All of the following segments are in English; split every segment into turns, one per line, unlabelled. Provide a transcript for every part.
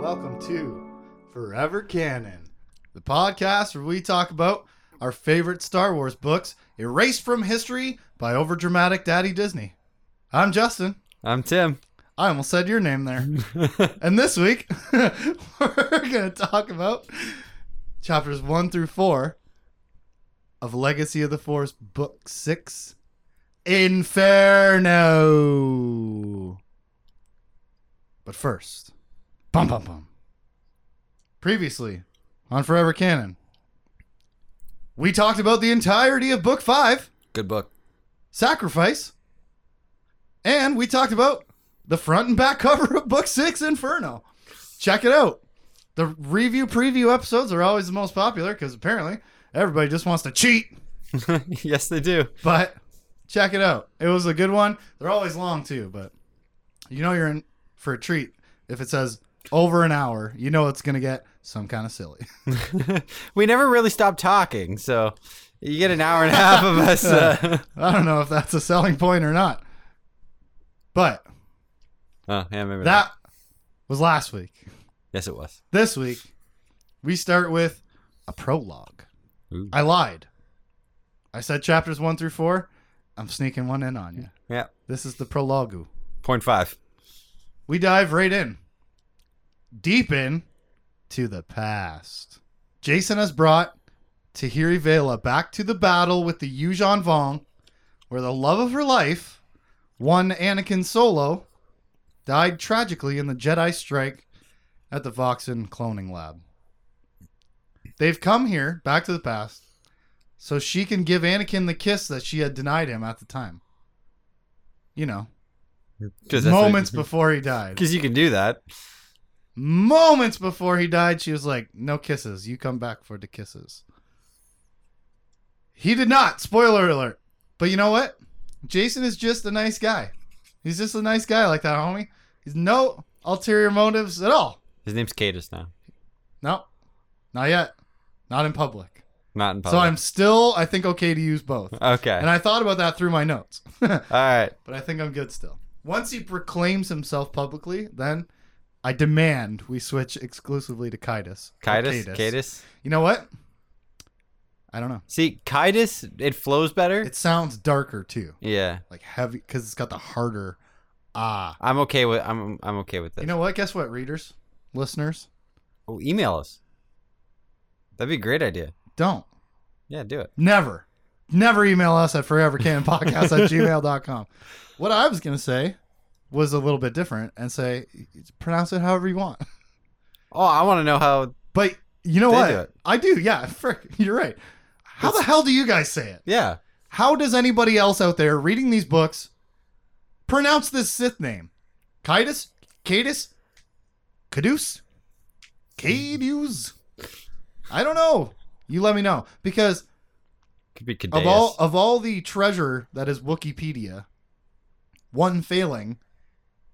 welcome to Forever Canon, the podcast where we talk about our favorite Star Wars books erased from history by overdramatic Daddy Disney. I'm Justin.
I'm Tim.
I almost said your name there. and this week, we're going to talk about chapters one through four of Legacy of the Force, book six Inferno. But first, bum bum bum. Previously on Forever Canon, we talked about the entirety of book five,
Good book.
Sacrifice, and we talked about the front and back cover of book six, Inferno. Check it out. The review preview episodes are always the most popular because apparently everybody just wants to cheat
yes, they do.
but check it out. It was a good one. They're always long too, but you know you're in for a treat if it says over an hour. You know it's gonna get some kind of silly.
we never really stop talking, so you get an hour and a half of us. Uh...
I don't know if that's a selling point or not, but
Oh, yeah, maybe not.
that was last week.
Yes, it was.
This week we start with a prologue.
Ooh.
I lied. I said chapters one through four. I'm sneaking one in on you.
Yeah,
This is the prologue.
point five.
we dive right in deep in to the past jason has brought tahiri vela back to the battle with the yuuzhan vong where the love of her life one anakin solo died tragically in the jedi strike at the voxen cloning lab they've come here back to the past so she can give anakin the kiss that she had denied him at the time you know moments before he died
Because you can do that.
moments before he died, she was like, "No kisses. You come back for the kisses." He did not. Spoiler alert. But you know what? Jason is just a nice guy. He's just a nice guy like that, homie. He's no ulterior motives at all.
His name's Cadus now.
No, not yet. Not in public.
Not in
So
public.
I'm still, I think, okay to use both.
okay.
And I thought about that through my notes.
All right.
but I think I'm good still. Once he proclaims himself publicly, then I demand we switch exclusively to Kaidus. Or
Cadus. Cadus.
You know what? I don't know.
See, Cadus. It flows better.
It sounds darker too,
yeah,
like heavy, because it's got the harder ah.
I'm okay with. I'm. I'm okay with this.
You know what? Guess what, readers, listeners,
oh, email us. That'd be a great idea.
don't
Yeah, do it.
never, never email us at forevercanonpodcast at gmail.com. What I was gonna say was a little bit different and say pronounce it however you want.
Oh, I want to know how.
But you know
They
what?
do it.
I do. Yeah, frick, you're right. How the hell do you guys say it?
Yeah.
How does anybody else out there reading these books pronounce this Sith name? Kaidus? Cadus? Caduce? Cadus? I don't know. You let me know because
Could be
of
Cadus.
all of all the treasure that is Wikipedia, one failing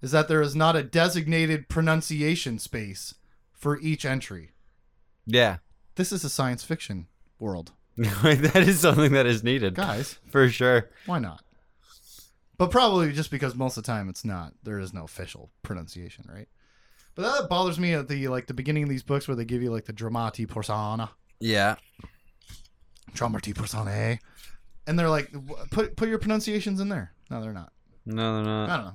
is that there is not a designated pronunciation space for each entry.
yeah.
This is a science fiction world,
that is something that is needed
guys.
for sure.
Why not? But probably just because most of the time it's not. There is no official pronunciation, right? But that bothers me at the like the beginning of these books where they give you like the dramati persona,
Yeah,
dramati persona, and they're like, "W- put put your pronunciations in there. No, they're not.
no, no,
I
no.
don't know.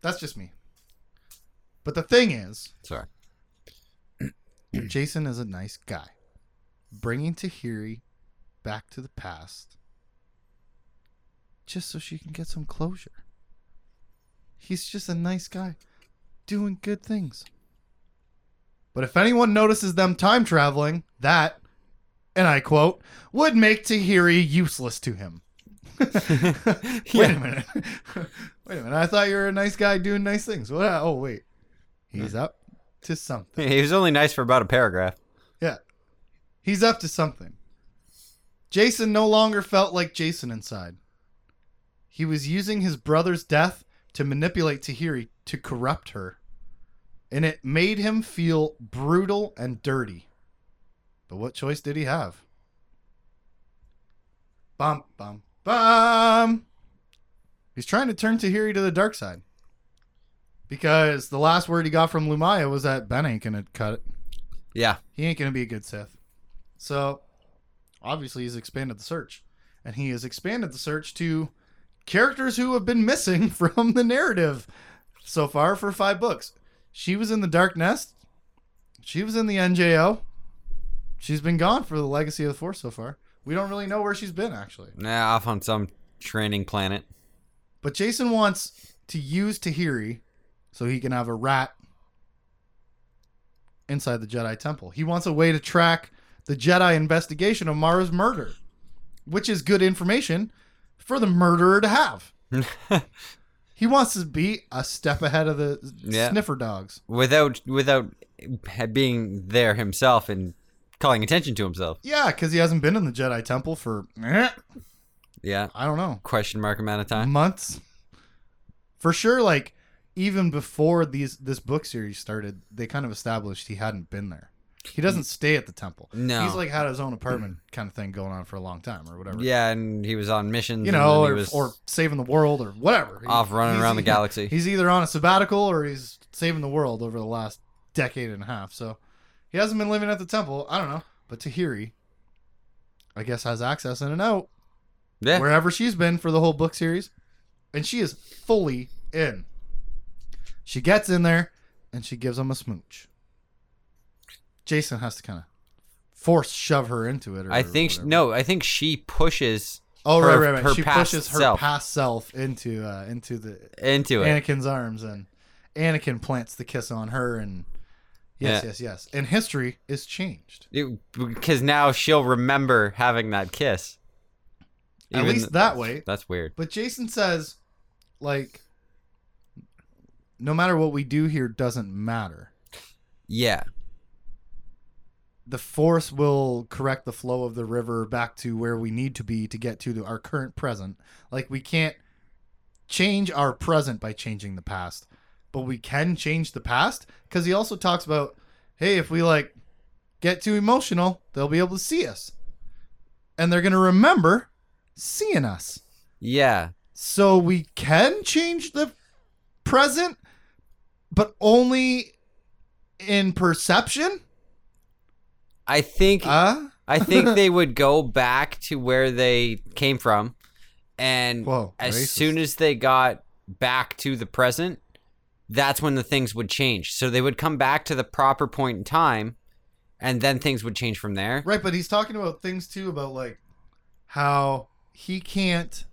That's just me. But the thing is,
Sorry.
Jason is a nice guy. Bringing Tahiri back to the past just so she can get some closure. He's just a nice guy doing good things. But if anyone notices them time traveling, that, and I quote, would make Tahiri useless to him. Wait a minute. wait a minute. I thought you were a nice guy doing nice things. What? Oh, wait. He's up to something.
He was only nice for about a paragraph.
Yeah. He's up to something. Jason no longer felt like Jason inside. He was using his brother's death to manipulate Tahiri to corrupt her. And it made him feel brutal and dirty. But what choice did he have? Bum, bum, bum. He's trying to turn Tahiri to the dark side. because the last word he got from Lumaya was that Ben ain't gonna cut it.
Yeah.
He ain't gonna be a good Sith. So obviously he's expanded the search, and he has expanded the search to characters who have been missing from the narrative so far for five books. She was in the Dark Nest. She was in the NJO. She's been gone for the Legacy of the Force so far. We don't really know where she's been actually.
Nah, off on some training planet.
But Jason wants to use Tahiri so he can have a rat inside the Jedi Temple. He wants a way to track the Jedi investigation of Mara's murder, which is good information for the murderer to have. He wants to be a step ahead of the
Yeah.
sniffer dogs.
without without ha- being there himself and calling attention to himself.
Yeah, because he hasn't been in the Jedi Temple for, eh,
Yeah.
I don't know,
Question mark amount of time.
months. For sure, like, even before these this book series started, they kind of established he hadn't been there. He doesn't stay at the temple.
Mm. No.
He's like had his own apartment kind of thing going on for a long time or whatever.
Yeah, and he was on missions.
You know,
and then
or,
he was
or saving the world or whatever. He-
off running
he's-
around the
he-
galaxy.
He's either on a sabbatical or he's saving the world over the last decade and a half. So he hasn't been living at the temple. I don't know. But Tahiri, I guess, has access in and out
yeah.
wherever she's been for the whole book series, and she is fully in. She gets in there and she gives him a smooch. Jason has to kind of force shove her into it. Or
I think sh
whatever.
no, I think she pushes
Oh
her-
right, right, right.
her
she
past
pushes her
self.
past self into uh, into the
into it.
Anakin's arms, and Anakin plants the kiss on her. And yes,
Yeah.
yes, yes. And history is changed.
It- because now she'll remember having that kiss.
At
Even
least
th-
that way.
That's weird.
But Jason says, like, no matter what we do here doesn't matter.
Yeah.
The force will correct the flow of the river back to where we need to be to get to the- our current present. Like, we can't change our present by changing the past, but we can change the past because he also talks about, hey, if we like get too emotional, they'll be able to see us and they're going to remember seeing us.
Yeah.
So we can change the present, but only in perception.
I think
Uh
I think they would go back to where they came from and
whoa.
as
racist.
soon as they got back to the present, that's when the things would change. So they would come back to the proper point in time, and then things would change from there.
right, but he's talking about things too about like how he can't,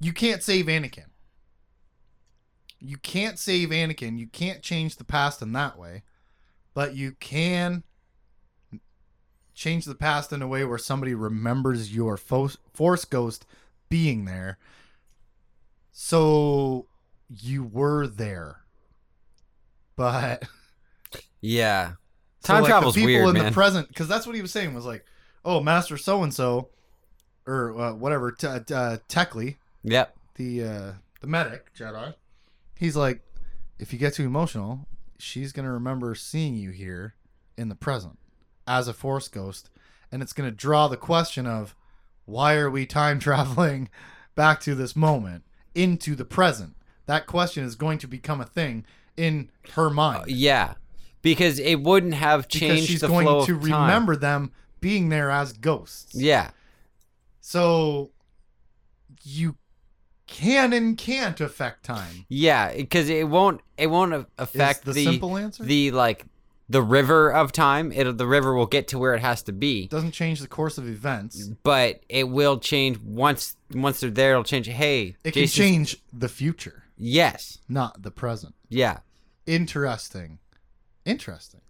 you can't save Anakin. You can't save Anakin. You can't change the past in that way, but you can change the past in a way where somebody remembers your fo- force ghost being there. So you were there, but
Yeah,
so,
Time
like,
travel's
the people
weird,
in
man.
the present, because that's what he was saying was like, oh, Master so and so, or uh, whatever, t- uh, Techley,
yep,
the uh, the medic Jedi. He's like, if you get too emotional, she's gonna remember seeing you here in the present as a Force ghost, and it's gonna draw the question of why are we time traveling back to this moment into the present. That question is going to become a thing in her
Uh,
mind
yeah, because it wouldn't have
because
changed
she's
the
going
flow
to
of time.
remember them being there as ghosts.
Yeah,
So you can and can't affect time.
yeah, because it won't it won't a-
Is
affect
the,
the
simple answer
the like the river of time. It'll the river will get to where it has to be.
doesn't change the course of
Mm-hmm.
events.
But it will change once once they're there. It'll change. Hey,
It
Jason's-
can change the future,
Yes,
not the present.
yeah.
Interesting. Interesting.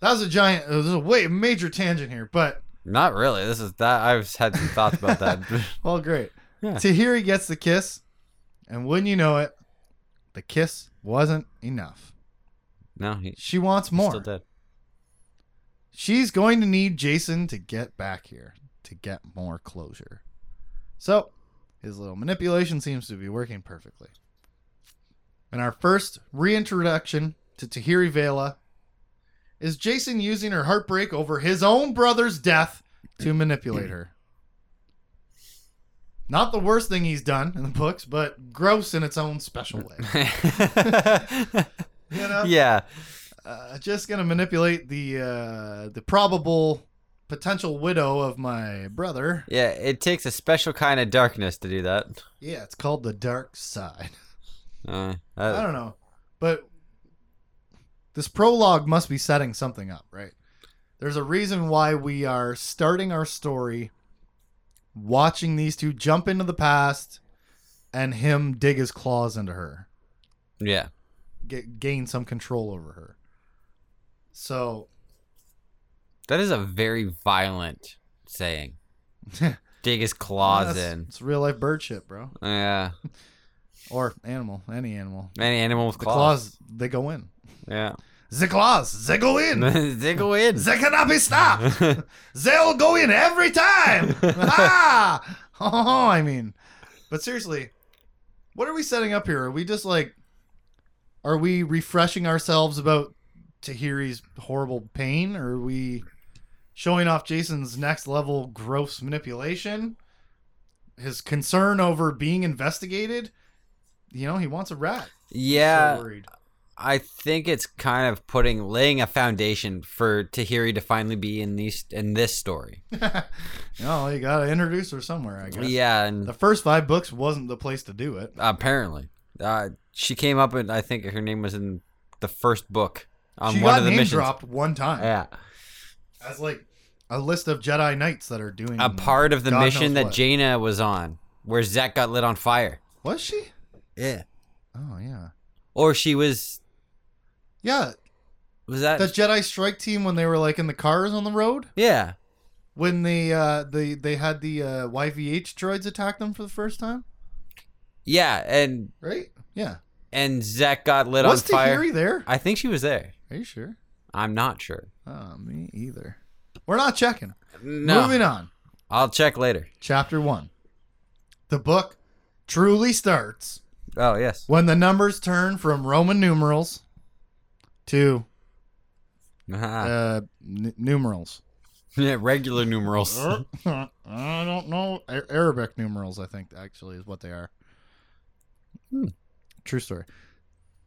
That was a giant. It was a way major tangent here, but
Not really. This is that I've had some thoughts about that.
well, great.
Yeah.
Tahiri gets the kiss, and wouldn't you know it, the kiss wasn't enough.
no, he- he's
She wants more.
still dead.
She's going to need Jason to get back here to get more closure. So, his little manipulation seems to be working perfectly. And our first reintroduction to Tahiri Vela is Jason using her heartbreak over his own brother's death to manipulate her. Not the worst thing he's done in the books, but gross in its own special way. You know?
yeah.
uh, just gonna manipulate the uh, the probable potential widow of my brother.
Yeah, it takes a special kind of darkness to do that.
Yeah, it's called the dark side.
Uh,
I
uh,
don't know, but this prologue must be setting something up, right? There's a reason why we are starting our story, watching these two jump into the past, and him dig his claws into her.
yeah.
get, gain some control over her. So
That is a very violent saying. Dig his claws
that's-
in.
it's real life bird shit, bro,
Yeah.
or animal, any animal.
Any animal with
The claws,
claws.
they go in.
Yeah.
The claws, they go in.
Dig go in.
they cannot be stopped. They'll go in every time. ah! Oh, I mean, but seriously, what are we setting up here? Are we just like, are we refreshing ourselves about Tahiri's horrible pain? Or are we showing off Jason's next level gross manipulation? His concern over being investigated? You know, he wants a rat.
yeah.
So worried.
I think it's kind of putting laying a foundation for Tahiri to finally be in these in this story.
No, you got to introduce her somewhere, I guess.
Yeah, and
The first five books wasn't the place to do it.
apparently, uh, she came up and I think her name was in the first book on
she
one
got
of the
name
missions.
dropped one time
Yeah,
as like a list of Jedi Knights that are doing
a part of the
Mm. God knows
mission that
what.
Jaina was on, where Zek got lit on fire.
Was she?
Yeah,
Oh yeah,
or she was
yeah.
was that?
The Jedi Strike Team when they were like in the cars on the road
yeah,
when they uh they they had the uh, YVH droids attack them for the first time,
yeah, and
right? Yeah.
and Zek got lit
was
on fire.
Tahiri there?
I think she was there.
Are you sure?
I'm not sure.
Oh, me either. We're not checking.
No,
Moving on.
I'll check later.
Chapter one. The book truly starts
Oh yes.
when the numbers turn from Roman numerals to
Ah.
uh, n- numerals.
Yeah, regular numerals.
uh, I don't know. A- Arabic numerals, I think, actually, is what they are.
Hmm.
True story.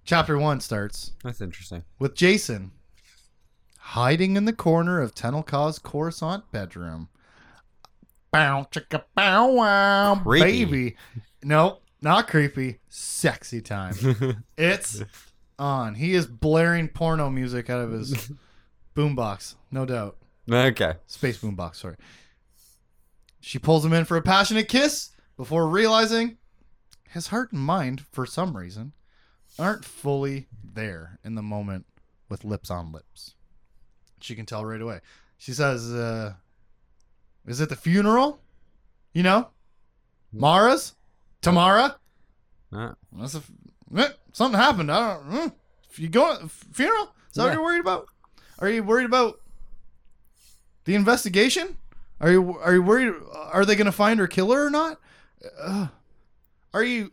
Chapter one starts
That's interesting.
with Jason hiding in the corner of Tenelka's Coruscant bedroom. Bow, chicka, bow, wow,
Creepy.
baby. No, not creepy. Sexy time. It's on. He is blaring porno music out of his boombox, no doubt.
okay.
Space boombox, sorry. She pulls him in for a passionate kiss before realizing his heart and mind, for some reason, aren't fully there in the moment with lips on lips. She can tell right away. She says, uh, Is it the funeral? You know? Mara's? Tamara?
Uh,
That's a, eh, something happened. I don't. mm. If you go funeral? Is that what
Yeah.
you're worried about? Are you worried about the investigation? Are you are you worried? Are they gonna find her killer or not? Uh, are you?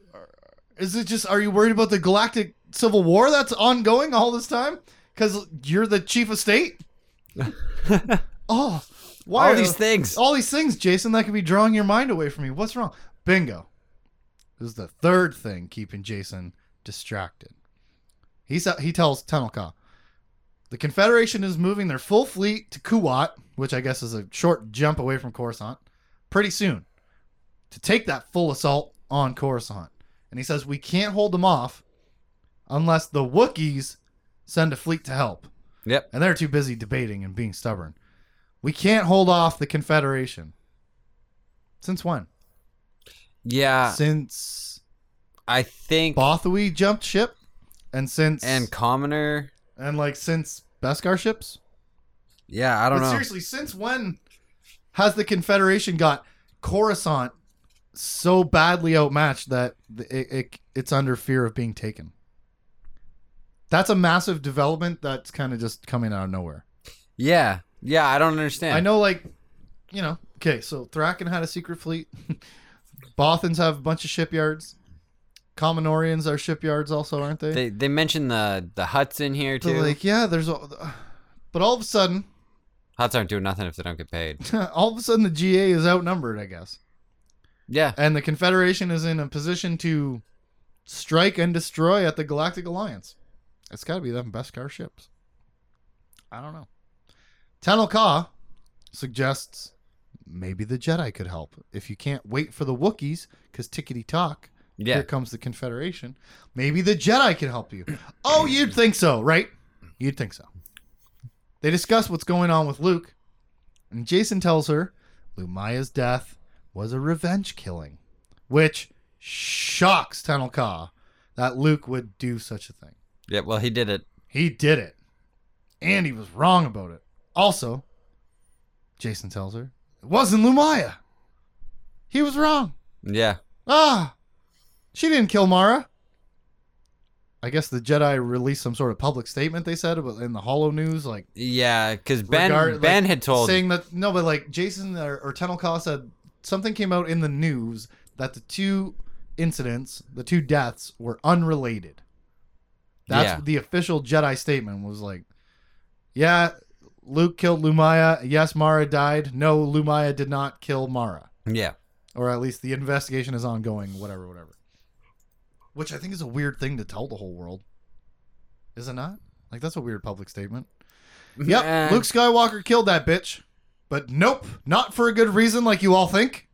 Is it just? Are you worried about the galactic civil war that's ongoing all this time? Because you're the chief of state. oh, why
all
are-
these things.
all these things, Jason, that could be drawing your mind away from me. What's wrong? Bingo. This is the third thing keeping Jason distracted. He sa- he tells Tenelka, the Confederation is moving their full fleet to Kuwait, which I guess is a short jump away from Coruscant, pretty soon, to take that full assault on Coruscant. And he says we can't hold them off unless the Wookiees send a fleet to help
Yep.
and they're too busy debating and being stubborn. We can't hold off the Confederation. Since when?
Yeah.
since
I think
Bothwe jumped ship, and since
and
and,
commoner.
like since Beskar ships.
Yeah, I don't
But
know.
seriously, since when has the Confederation got Coruscant so badly outmatched that th- it, it it's under fear of being taken? That's a massive development that's kind of just coming out of nowhere.
Yeah. Yeah, I don't understand.
I know, like, you know, okay, so Thraken had a secret fleet. Bothans have a bunch of shipyards. Commonorians are shipyards, also, aren't they?
They they mentioned the the huts in here
so,
too.
like, yeah, there's all. But all of a sudden,
huts aren't doing nothing if they don't get paid.
all of a sudden, the GA is outnumbered, I guess.
Yeah.
and the Confederation is in a position to strike and destroy at the Galactic Alliance. It's got to be them Beskar ships. I don't know. Tanel Ka suggests maybe the Jedi could help. If you can't wait for the Wookiees, because tickety talk,
Yeah.
here comes the Confederation. Maybe the Jedi can help you. Oh, you'd think so, right? You'd think so. They discuss what's going on with Luke, and Jason tells her Lumaya's death was a revenge killing, which shocks Tenel Ka that Luke would do such a thing.
Yeah. Well, he did it.
He did it, and he was wrong about it. Also, Jason tells her it wasn't Lumaya. He was wrong.
Yeah.
Ah, she didn't kill Mara. I guess the Jedi released some sort of public statement they said about in the Hollow News, like
Yeah. Because Ben
Regard-
Ben
like,
had told.
saying that no, but like Jason or, or Tenel Ka said something came out in the news that the two incidents, the two deaths, were unrelated. That's
Yeah.
the official Jedi statement was like, yeah, Luke killed Lumaya. Yes, Mara died. No, Lumaya did not kill Mara
yeah.
or at least the investigation is ongoing, whatever, whatever. Which I think is a weird thing to tell the whole world. Is it not? Like that's a weird public statement. Yep,
Uh,
Luke Skywalker killed that bitch. But nope, not for a good reason like you all think.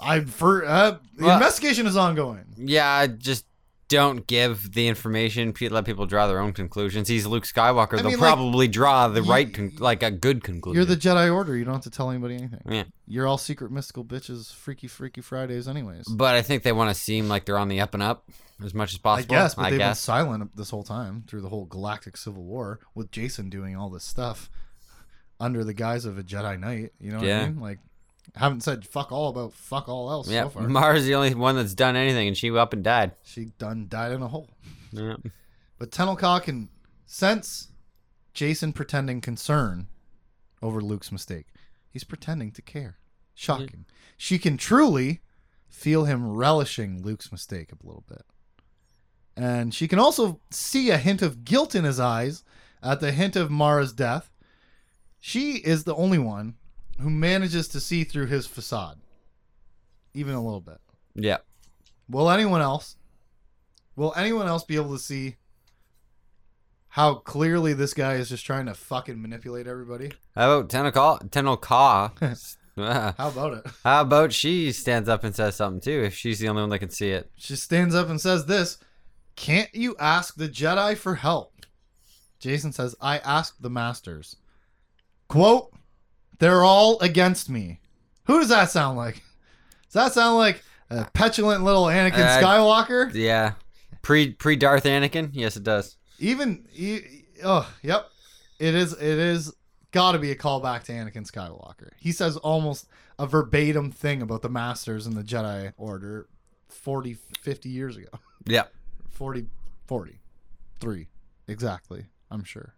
I for uh, the
Well-
investigation is ongoing.
Yeah. I Just don't give the information. Pe- Let people draw their own conclusions. He's Luke Skywalker.
I
They'll
mean, like,
probably draw the
you-
right, con- like a good conclusion.
You're the Jedi Order, you don't have to tell anybody anything.
Yeah.
You're all secret mystical bitches, freaky freaky Fridays anyways.
But I think they want to seem like they're on the up and up as much as
I
possible.
guess, but
I
they've
guess.
been silent this whole time through the whole Galactic Civil War with Jason doing all this stuff under the guise of a Jedi Knight. You know what
Yeah.
I mean? Like, haven't said fuck all about fuck all else
yeah.
so far.
Mara's the only one that's done anything, and she up and died.
she done died in a hole.
Yeah.
But Tenelcock can sense Jason pretending concern over Luke's mistake. He's pretending to care. Shocking. She can truly feel him relishing Luke's mistake a little bit. And she can also see a hint of guilt in his eyes at the hint of Mara's death. She is the only one who manages to see through his facade, even a little bit.
Yeah.
Will anyone else? Will anyone else be able to see how clearly this guy is just trying to fucking manipulate everybody?
How about Tenel Tenel Ka?
How about it?
How about she stands up and says something too? If she's the only one that can see it,
She stands up and says this, "Can't you ask the Jedi for help?" Jason says, "I asked the masters." Quote, "They're all against me." Who does that sound like? Does that sound like a petulant little Anakin
Uh,
Skywalker?
yeah. Pre pre Darth Anakin, yes, it does.
even e- oh yep it is it is gotta be a callback to anakin skywalker he says almost a verbatim thing about the masters and the jedi order 40 50 years ago
Yeah,
40 43 exactly i'm sure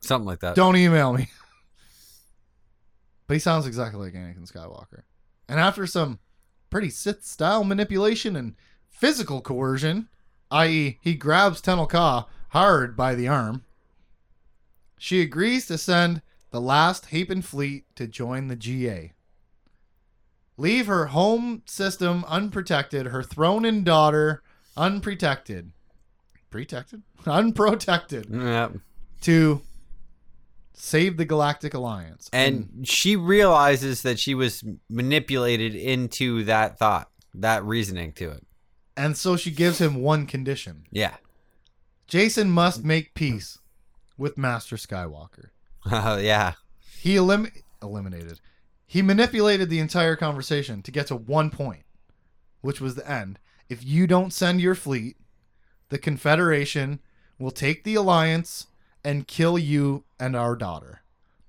something like that.
don't email me but he sounds exactly like anakin skywalker and after some pretty sith style manipulation and physical coercion i.e., he grabs Tenel Ka hard by the arm. She agrees to send the last Hapen fleet to join the GA. Leave her home system unprotected, her throne and daughter unprotected. Protected? Unprotected.
Yeah.
To save the Galactic Alliance.
And she realizes that she was manipulated into that thought, that reasoning to it.
and so she gives him one condition.
Yeah.
Jason must make peace with Master Skywalker.
Oh yeah.
He elim- eliminated. He manipulated the entire conversation to get to one point, which was the end. If you don't send your fleet, the Confederation will take the alliance and kill you and our daughter.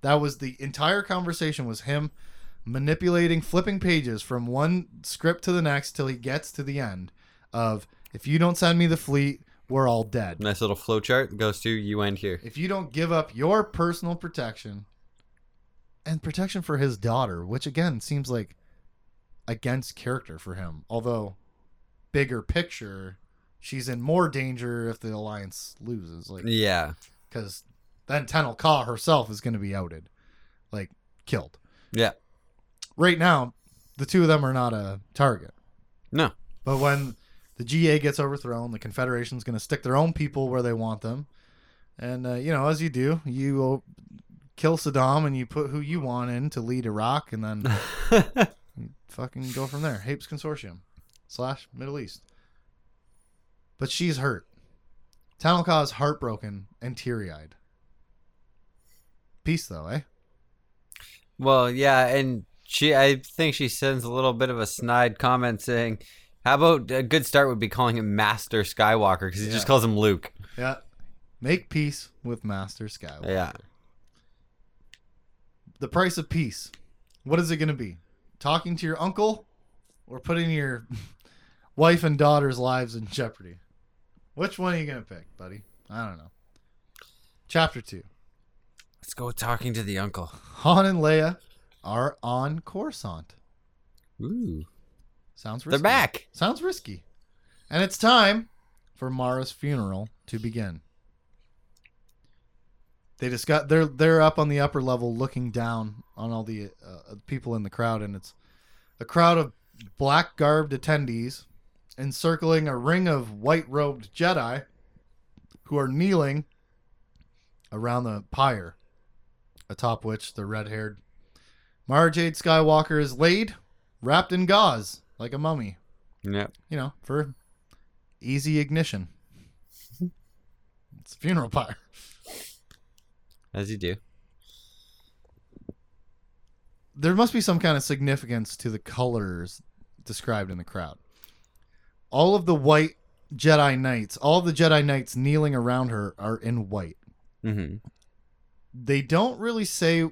That was the entire conversation was him manipulating flipping pages from one script to the next till he gets to the end of if you don't send me the fleet, we're all dead.
Nice little flowchart goes to you end here.
If you don't give up your personal protection and protection for his daughter, which again seems like against character for him, although bigger picture, she's in more danger if the alliance loses, like
Yeah.
because then Tenel Ka herself is going to be outed, like killed.
Yeah.
Right now, the two of them are not a target.
No.
But when the GA gets overthrown, the Confederation's going to stick their own people where they want them. And, uh, you know, as you do, you o- kill Saddam and you put who you want in to lead Iraq and then fucking go from there. Hapes Consortium slash Middle East. But she's hurt. Tanalka is heartbroken and teary eyed. Peace, though, eh?
well, yeah, and she, I think she sends a little bit of a snide comment saying, "How about a good start would be calling him Master Skywalker because he
Yeah.
just calls him Luke."
Yeah. Make peace with Master Skywalker.
Yeah.
The price of peace. What is it going to be? Talking to your uncle or putting your wife and daughter's lives in jeopardy? Which one are you going to pick, buddy? I don't know. Chapter 2.
Let's go talking to the uncle.
Han and Leia are on Coruscant.
Ooh,
Sounds risky.
they're back.
Sounds risky. And it's time for Mara's funeral to begin. They discuss they're they're up on the upper level looking down on all the uh, people in the crowd and it's a crowd of black garbed attendees encircling a ring of white robed Jedi who are kneeling around the pyre atop which the red-haired Mara Jade Skywalker is laid wrapped in gauze like a mummy
Yep.
you know, for easy ignition. It's a funeral pyre.
As you do.
There must be some kind of significance to the colors described in the crowd. All of the white Jedi Knights, all of the Jedi Knights kneeling around her are in white.
Mm-hmm.
They don't really say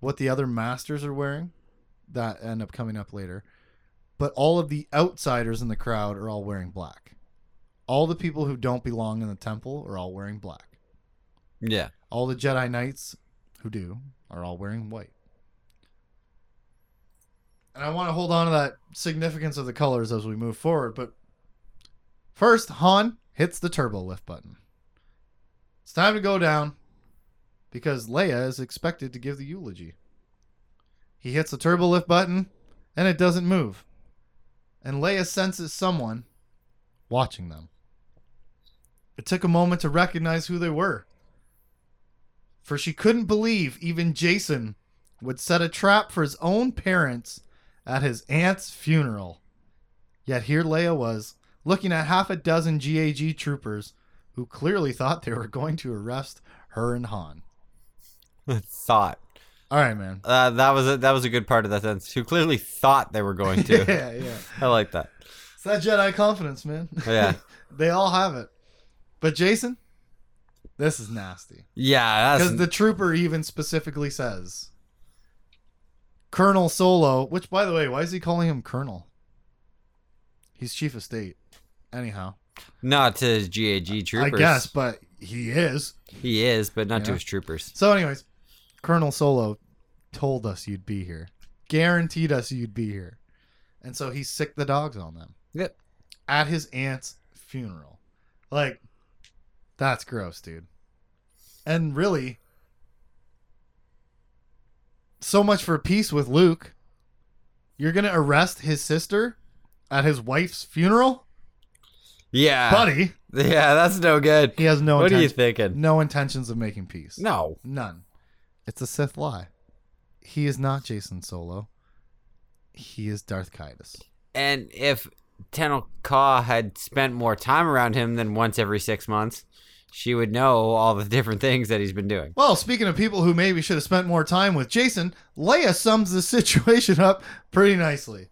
what the other masters are wearing that end up coming up later, but all of the outsiders in the crowd are all wearing black. All the people who don't belong in the temple are all wearing black.
Yeah.
All the Jedi Knights who do are all wearing white. And I want to hold on to that significance of the colors as we move forward, but first, Han hits the turbo lift button. It's time to go down because Leia is expected to give the eulogy. He hits the turbo lift button and it doesn't move. And Leia senses someone watching them. It took a moment to recognize who they were for she couldn't believe even Jason would set a trap for his own parents at his aunt's funeral. Yet here Leia was, looking at half a dozen GAG troopers who clearly thought they were going to arrest her and Han.
thought.
All right, man.
Uh, that was a, that was a good part of that sentence. Who clearly thought they were going to.
Yeah, yeah.
I like that.
It's that Jedi confidence, man.
Yeah.
they all have it. But Jason, this is nasty.
Yeah. That's
Because the trooper even specifically says Colonel Solo, which by the way, why is he calling him Colonel? He's chief of state. Anyhow.
not to his GAG troopers.
I guess, but he is.
he is, but not to
Yeah.
his troopers.
So anyways, Colonel Solo told us you'd be here. Guaranteed us you'd be here. And so he sicked the dogs on them.
Yep.
At his aunt's funeral. Like that's gross, dude. And really so much for peace with Luke. You're going to arrest his sister at his wife's funeral?
Yeah.
Buddy,
Yeah, that's no good.
he has no
what are you
intention,
thinking?
no intentions of making peace.
No.
None. It's a Sith lie. He is not Jason Solo. He is Darth Kaidus.
And if Tenel Ka had spent more time around him than once every six months, she would know all the different things that he's been doing.
Well, speaking of people who maybe should have spent more time with Jason, Leia sums the situation up pretty nicely.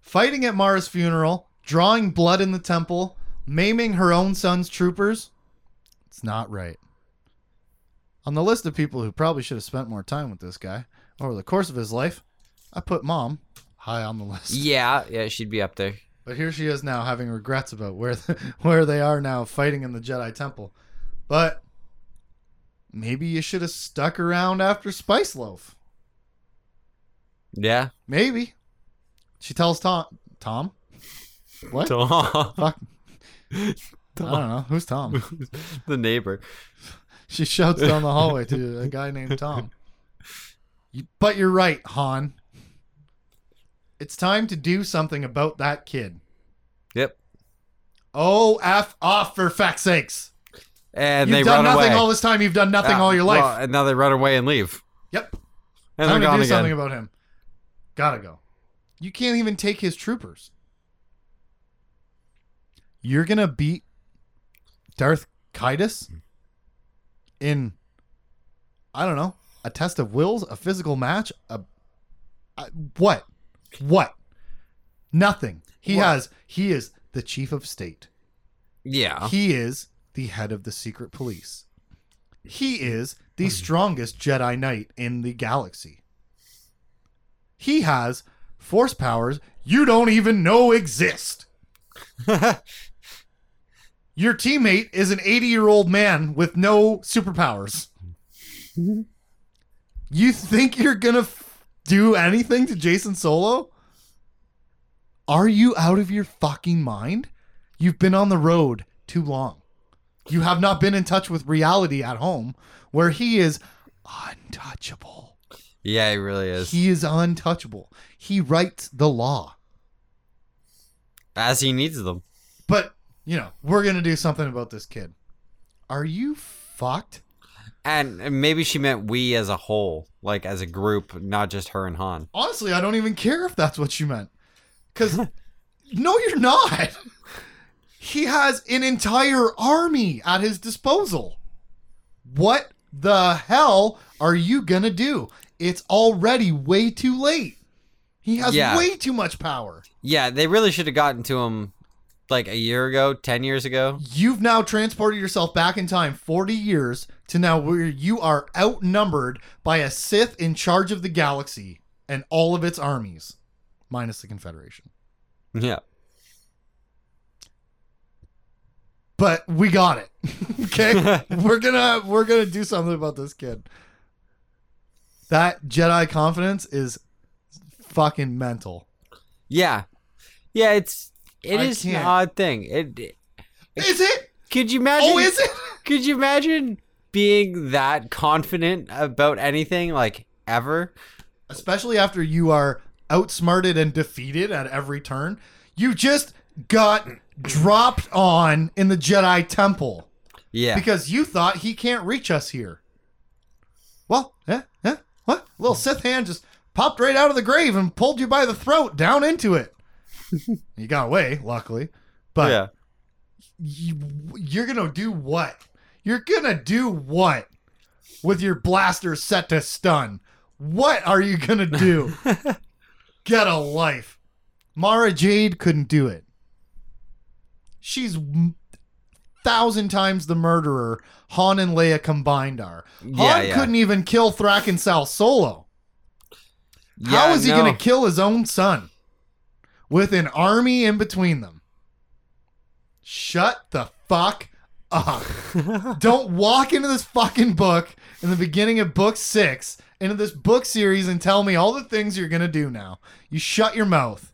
Fighting at Mara's funeral, drawing blood in the temple, maiming her own son's troopers. It's not right. On the list of people who probably should have spent more time with this guy over the course of his life, I put mom high on the list.
Yeah, yeah, she'd be up there.
But here she is now having regrets about where where they are now fighting in the Jedi Temple. But maybe you should have stuck around after Spice Loaf.
Yeah.
Maybe. She tells Tom Tom? What?
Tom.
Fuck. I don't know. Who's Tom?
the neighbor.
She shouts down the hallway to a guy named Tom. You- But you're right, Han. It's time to do something about that kid.
Yep.
Oh, F off for fact's sakes.
And
you've
they
done
run
nothing
away.
all this time. You've done nothing
Yeah,
all your life.
well, and now they run away and leave.
yep.
And
time to do
they're gone again.
something about him. Gotta go. You can't even take his troopers. You're gonna beat Darth Kitus in I don't know a test of wills, a physical match, a, a- what? What? Nothing. He
What?
has. He is the chief of state.
yeah.
He is the head of the secret police. He is the strongest Jedi Knight in the galaxy. He has force powers you don't even know exist. Your teammate is an 80 year old man with no superpowers. You think you're going to f- do anything to Jason Solo? Are you out of your fucking mind? You've been on the road too long. You have not been in touch with reality at home, where he is untouchable.
yeah, he really is.
He is untouchable. He writes the law.
As he needs them.
But, you know, we're going to do something about this kid. Are you fucked?
And and maybe she meant we as a whole, like as a group, not just her and Han.
Honestly, I don't even care if that's what you meant. Because, no, you're not. He has an entire army at his disposal. What the hell are you going to do? It's already way too late. He has
Yeah.
way too much power.
Yeah, they really should have gotten to him like a year ago, 10 years ago.
You've now transported yourself back in time 40 years to now where you are outnumbered by a Sith in charge of the galaxy and all of its armies, minus the Confederation.
Yeah.
but we got it. okay, we're gonna we're gonna do something about this kid. That Jedi confidence is fucking mental.
Yeah. Yeah, it's it
I
is an
can't.
odd thing. It, it-
Is it?
could you imagine
Oh, is it?
Could you imagine being that confident about anything like ever?
Especially after you are outsmarted and defeated at every turn. You just got dropped on in the Jedi Temple
Yeah.
because you thought he can't reach us here. Well, yeah, yeah. What? Little Sith hand just popped right out of the grave and pulled you by the throat down into it. you got away, luckily. But
yeah.
you, you're gonna do what? You're gonna do what with your blaster set to stun? What are you gonna do? Get a life. Mara Jade couldn't do it. She's m- thousand times the murderer Han and Leia combined are. Han
Yeah, yeah.
couldn't even kill Thrak and Sal solo. How
Yeah,
is he
no.
going to kill his own son with an army in between them? Shut the fuck up. Don't walk into this fucking book in the beginning of book six, into this book series, and tell me all the things you're going to do now. You shut your mouth.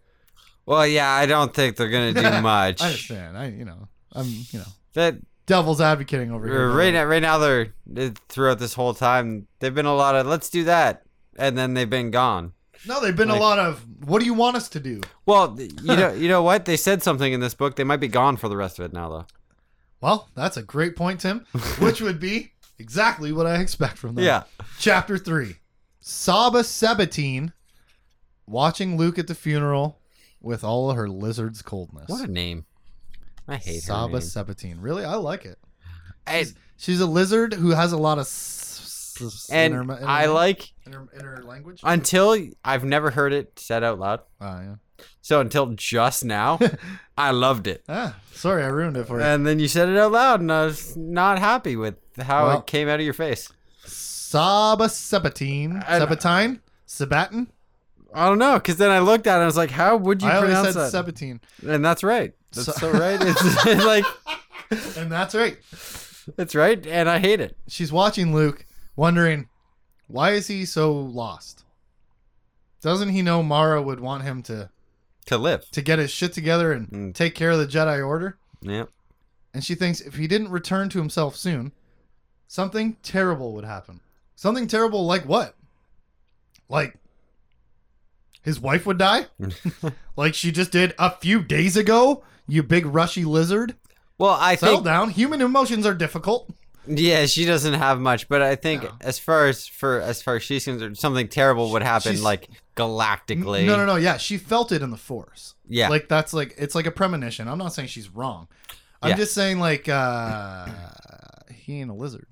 Well, yeah, I don't think they're gonna do much.
I understand. I, you know, I'm, you know,
that
devil's advocating over here.
right now, right now they're uh, throughout this whole time they've been a lot of let's do that, and then they've been gone.
No, they've been
like-
a lot of, what do you want us to do?
Well, th- you know, you know what they said something in this book. They might be gone for the rest of it now, though.
Well, that's a great point, Tim, which would be exactly what I expect from them.
Yeah,
Chapter 3 Saba Sabatine watching Luke at the funeral with all of her lizard's coldness.
what a name! I hate
Saba
her name.
Sabatine. Really? I like it.
And,
She's a lizard who has a lot of. S- s- in
and
her ma- in her-
I like
In her, in her language? Uh,
until I've never heard it said out loud.
yeah.
So until just now, I loved it.
Ah, sorry, I ruined it for you.
And then you said it out loud, and I was not happy with how
Well-
it came out of your face.
Saba Sabatine.
And-
Sabatine? Sabatin?
I don't know, because then I looked at it and I was like, how would you
I always
pronounce
said
that?
Sabatine.
and that's right. That's
So-
so, right. It's, it's like,
And that's right.
it's right, and I hate it.
she's watching Luke, wondering why is he so lost? Doesn't he know Mara would want him to
To live.
to get his shit together and
Mm.
take care of the Jedi Order?
Yeah.
And she thinks if he didn't return to himself soon, something terrible would happen. Something terrible like what? Like his wife would die, like she just did a few days ago. You big rushy lizard.
Well, I
Settle
think
down. Human emotions are difficult.
yeah, she doesn't have much, but I think
No.
as far as for as far as she's concerned, something terrible would happen
she's-
like galactically.
No, no, no. Yeah, she felt it in the force.
Yeah.
Like that's like it's like a premonition. I'm not saying she's wrong. I'm
Yeah.
just saying like uh he ain't a lizard.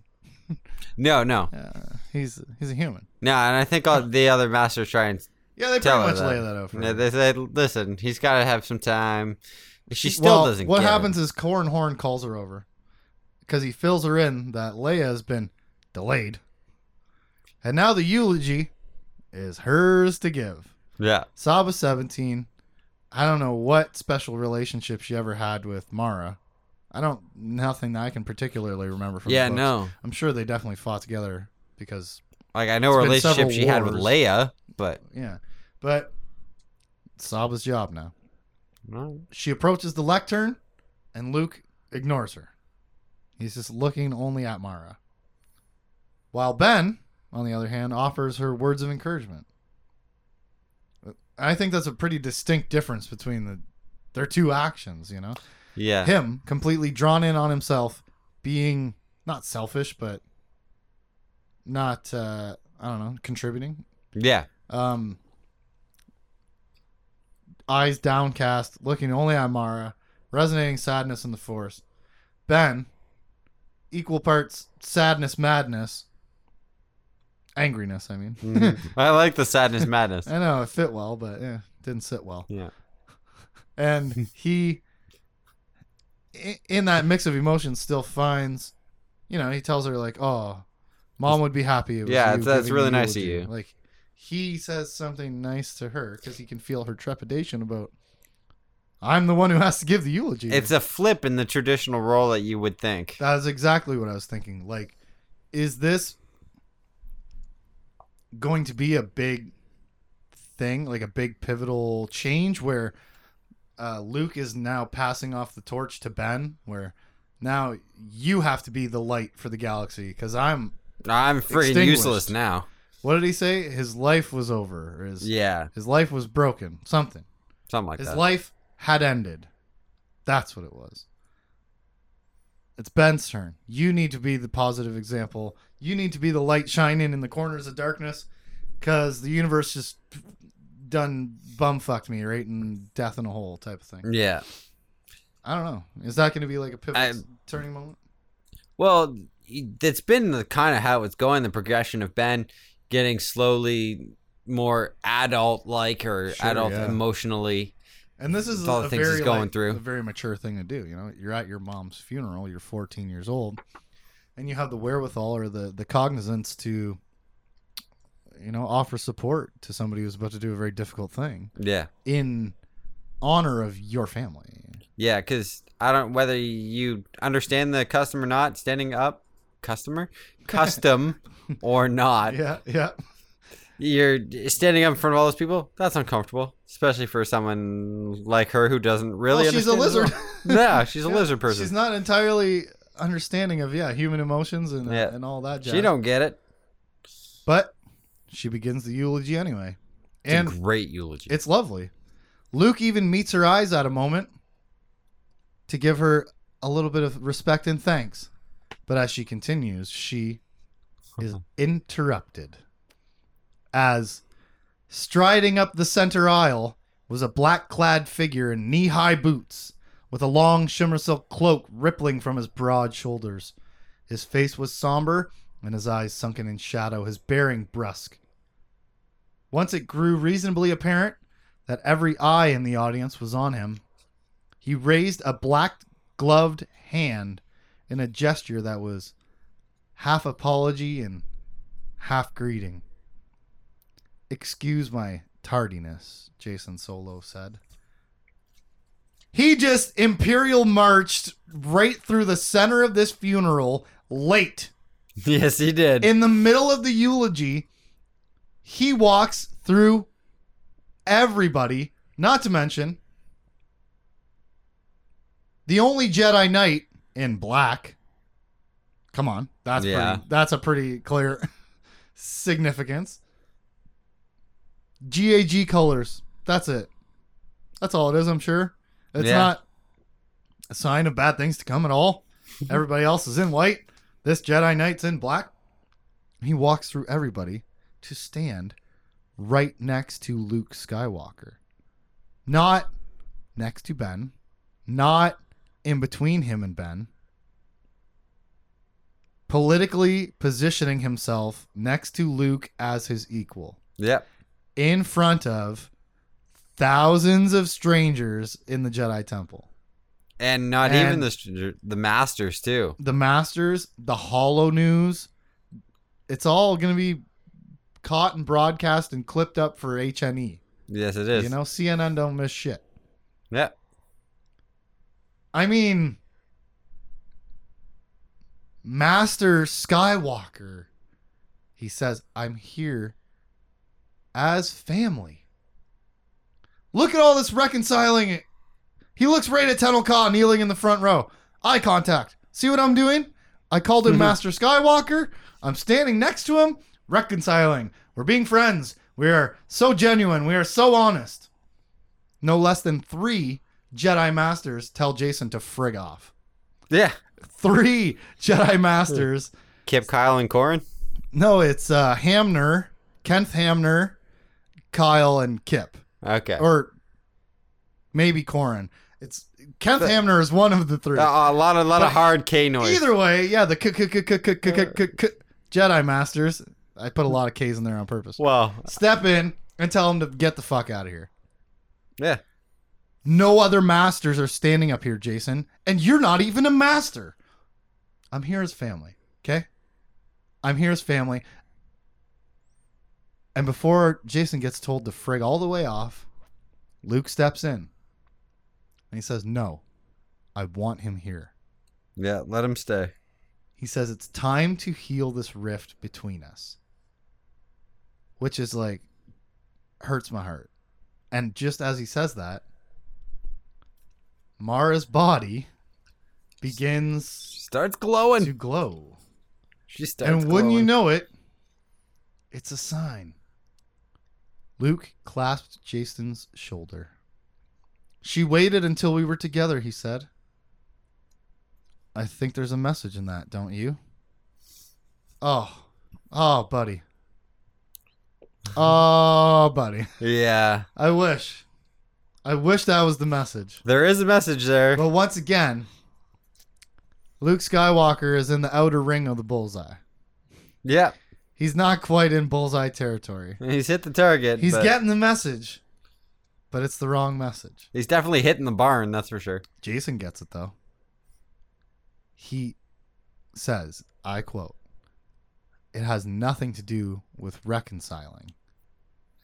no, no.
Uh, he's he's a human.
No, and I think all the other masters try and
Yeah, they pretty
Tell her
much
that.
lay that out for
no,
her.
they say, "Listen, he's got to have some time." She still
Well,
doesn't.
What
get it.
happens is Cornhorn calls her over because he fills her in that Leia has been delayed, and now the eulogy is hers to give.
Yeah,
Saba's 17. I don't know what special relationship she ever had with Mara. I don't nothing that I can particularly remember from. the
yeah,
books.
no.
I'm sure they definitely fought together because
Like I know
It's
a
been
relationship
several
she had with
wars.
Leia, but
yeah, but Saba's job now. She approaches the lectern, and Luke ignores her. He's just looking only at Mara. While Ben, on the other hand, offers her words of encouragement. I think that's a pretty distinct difference between the their two actions, you know?
yeah,
Him completely drawn in on himself, being not selfish, but not uh I don't know, contributing
yeah,
um, eyes downcast, looking only at Mara, resonating sadness in the forest. Ben, equal parts sadness, madness, angriness. I mean,
Mhm. I like the sadness madness.
I know it fit well, but eh, didn't sit well.
Yeah.
And he, i- in that mix of emotions, still finds, you know, he tells her like, "Oh, mom would be happy." It was
Yeah,
you
it's- that's
giving
really
the
nice of
eulogy."
you.
Like, he says something nice to her because he can feel her trepidation about. I'm the one who has to give the eulogy.
It's a flip in the traditional role that you would think.
That's exactly what I was thinking. Like, is this going to be a big thing, like a big pivotal change where uh, Luke is now passing off the torch to Ben, where now you have to be the light for the galaxy? Because I'm,
I'm freaking
Extinguished.
useless now.
what did he say? His life was over. Or his,
Yeah,
his life was broken. Something.
something like
His
that.
life had ended. That's what it was. It's Ben's turn. You need to be the positive example. You need to be the light shining in the corners of darkness because the universe just done bumfucked me, right? And death in a hole type of thing.
yeah.
I don't know. Is that going to be like a pivotal
I-
turning moment?
Well, that's been the kind of how it's going. The progression of Ben getting slowly more adult like or
Sure,
adult
yeah.
emotionally.
And this is
With all the
a
things he's
very
going
like,
through.
a very mature thing to do. You know, you're at your mom's funeral. You're 14 years old, and you have the wherewithal or the the cognizance to, you know, offer support to somebody who's about to do a very difficult thing
Yeah.
in honor of your family.
Yeah, because I don't whether you understand the custom or not, standing up, customer, custom or not,
Yeah, yeah.
you're standing up in front of all those people. That's uncomfortable, especially for someone like her who doesn't really.
well, she's a
understand
lizard.
it all. yeah, she's a
Yeah,
lizard person.
She's not entirely understanding of yeah human emotions and
Yeah.
and all that. Jazz.
she don't get it.
But she begins the eulogy anyway,
It's
and
a great eulogy.
It's lovely. Luke even meets her eyes at a moment to give her a little bit of respect and thanks. But as she continues, she is interrupted as striding up the center aisle was a black clad figure in knee high boots with a long shimmer silk cloak rippling from his broad shoulders. His face was somber and his eyes sunken in shadow, his bearing brusque. Once it grew reasonably apparent that every eye in the audience was on him, he raised a black gloved hand in a gesture that was half apology and half greeting. Excuse my tardiness, Jason Solo said. He just imperial marched right through the center of this funeral late
yes, he did.
in the middle of the eulogy, he walks through everybody, not to mention the only Jedi Knight in black. Come on, that's
Yeah.
pretty, that's a pretty clear significance. GAG colors. That's it. That's all it is, I'm sure. It's
Yeah.
not a sign of bad things to come at all. Everybody else is in white. This Jedi Knight's in black. He walks through everybody to stand right next to Luke Skywalker. Not next to Ben, not in between him and Ben. Politically positioning himself next to Luke as his equal
Yep.
in front of thousands of strangers in the Jedi Temple.
And not even
And-
the str- the masters too.
The Masters, the Hollow News, it's all going to be caught and broadcast and clipped up for HNE.
Yes, it is.
You know, CNN don't miss shit.
Yep.
I mean, Master Skywalker, he says, I'm here as family. Look at all this reconciling. He looks right at Tenel Ka kneeling in the front row. Eye contact. See what I'm doing? I called him
Mhm.
Master Skywalker. I'm standing next to him, reconciling. We're being friends. We are so genuine. We are so honest. No less than three Jedi Masters tell Jason to frig off.
Yeah.
Three Jedi Masters.
Kip, Kyle, and Corin.
No, it's uh, Hamner, Kenneth Hamner, Kyle, and Kip,
Okay.
or maybe Corin. It's Kenneth
The-
Hamner is one of the three.
Uh, a lot, a lot
But
of hard K noise.
Either way, yeah, the k- k- k- k- k- k- k- k- Jedi Masters. I put a lot of K's in there on purpose.
Well,
Step in and tell him to get the fuck out of here.
yeah.
No other masters are standing up here, Jason, and you're not even a master. I'm here as family, okay? I'm here as family. And before Jason gets told to frig all the way off, Luke steps in and he says, No, I want him here.
Yeah. Let him stay.
He says, It's time to heal this rift between us, which is like, hurts my heart. And just as he says that, Mara's body begins
She starts glowing.
to glow.
She starts
And wouldn't you
glowing.
know it, it's a sign. Luke clasped Jason's shoulder. She waited until we were together, he said. I think there's a message in that, don't you? Oh. Oh, buddy. Oh, buddy.
Yeah.
I wish. I wish that was the message.
There is a message there.
But once again, Luke Skywalker is in the outer ring of the bullseye.
yeah.
He's not quite in bullseye territory.
He's hit the target.
He's
but
getting the message, but it's the wrong message.
He's definitely hitting the barn. That's for sure.
Jason gets it though. He says, I quote, it has nothing to do with reconciling.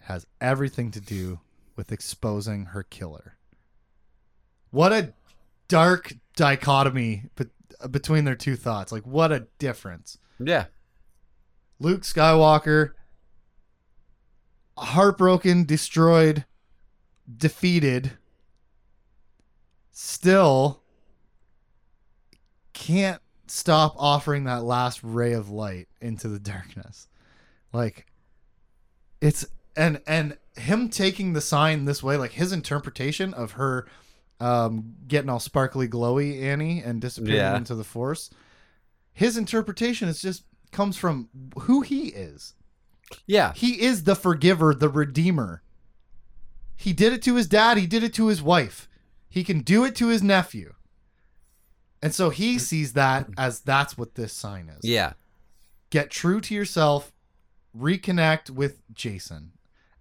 It has everything to do with exposing her killer. What a dark dichotomy bet- between their two thoughts. Like, what a difference.
Yeah.
Luke Skywalker, heartbroken, destroyed, defeated, still can't stop offering that last ray of light into the darkness. Like it's and and him taking the sign this way, like his interpretation of her um getting all sparkly glowy Annie and disappearing
Yeah.
into the force. His interpretation is just comes from who he is.
Yeah.
He is the forgiver, the redeemer. He did it to his dad. He did it to his wife. He can do it to his nephew. And so he sees that as that's what this sign is.
Yeah.
Get true to yourself, reconnect with Jason,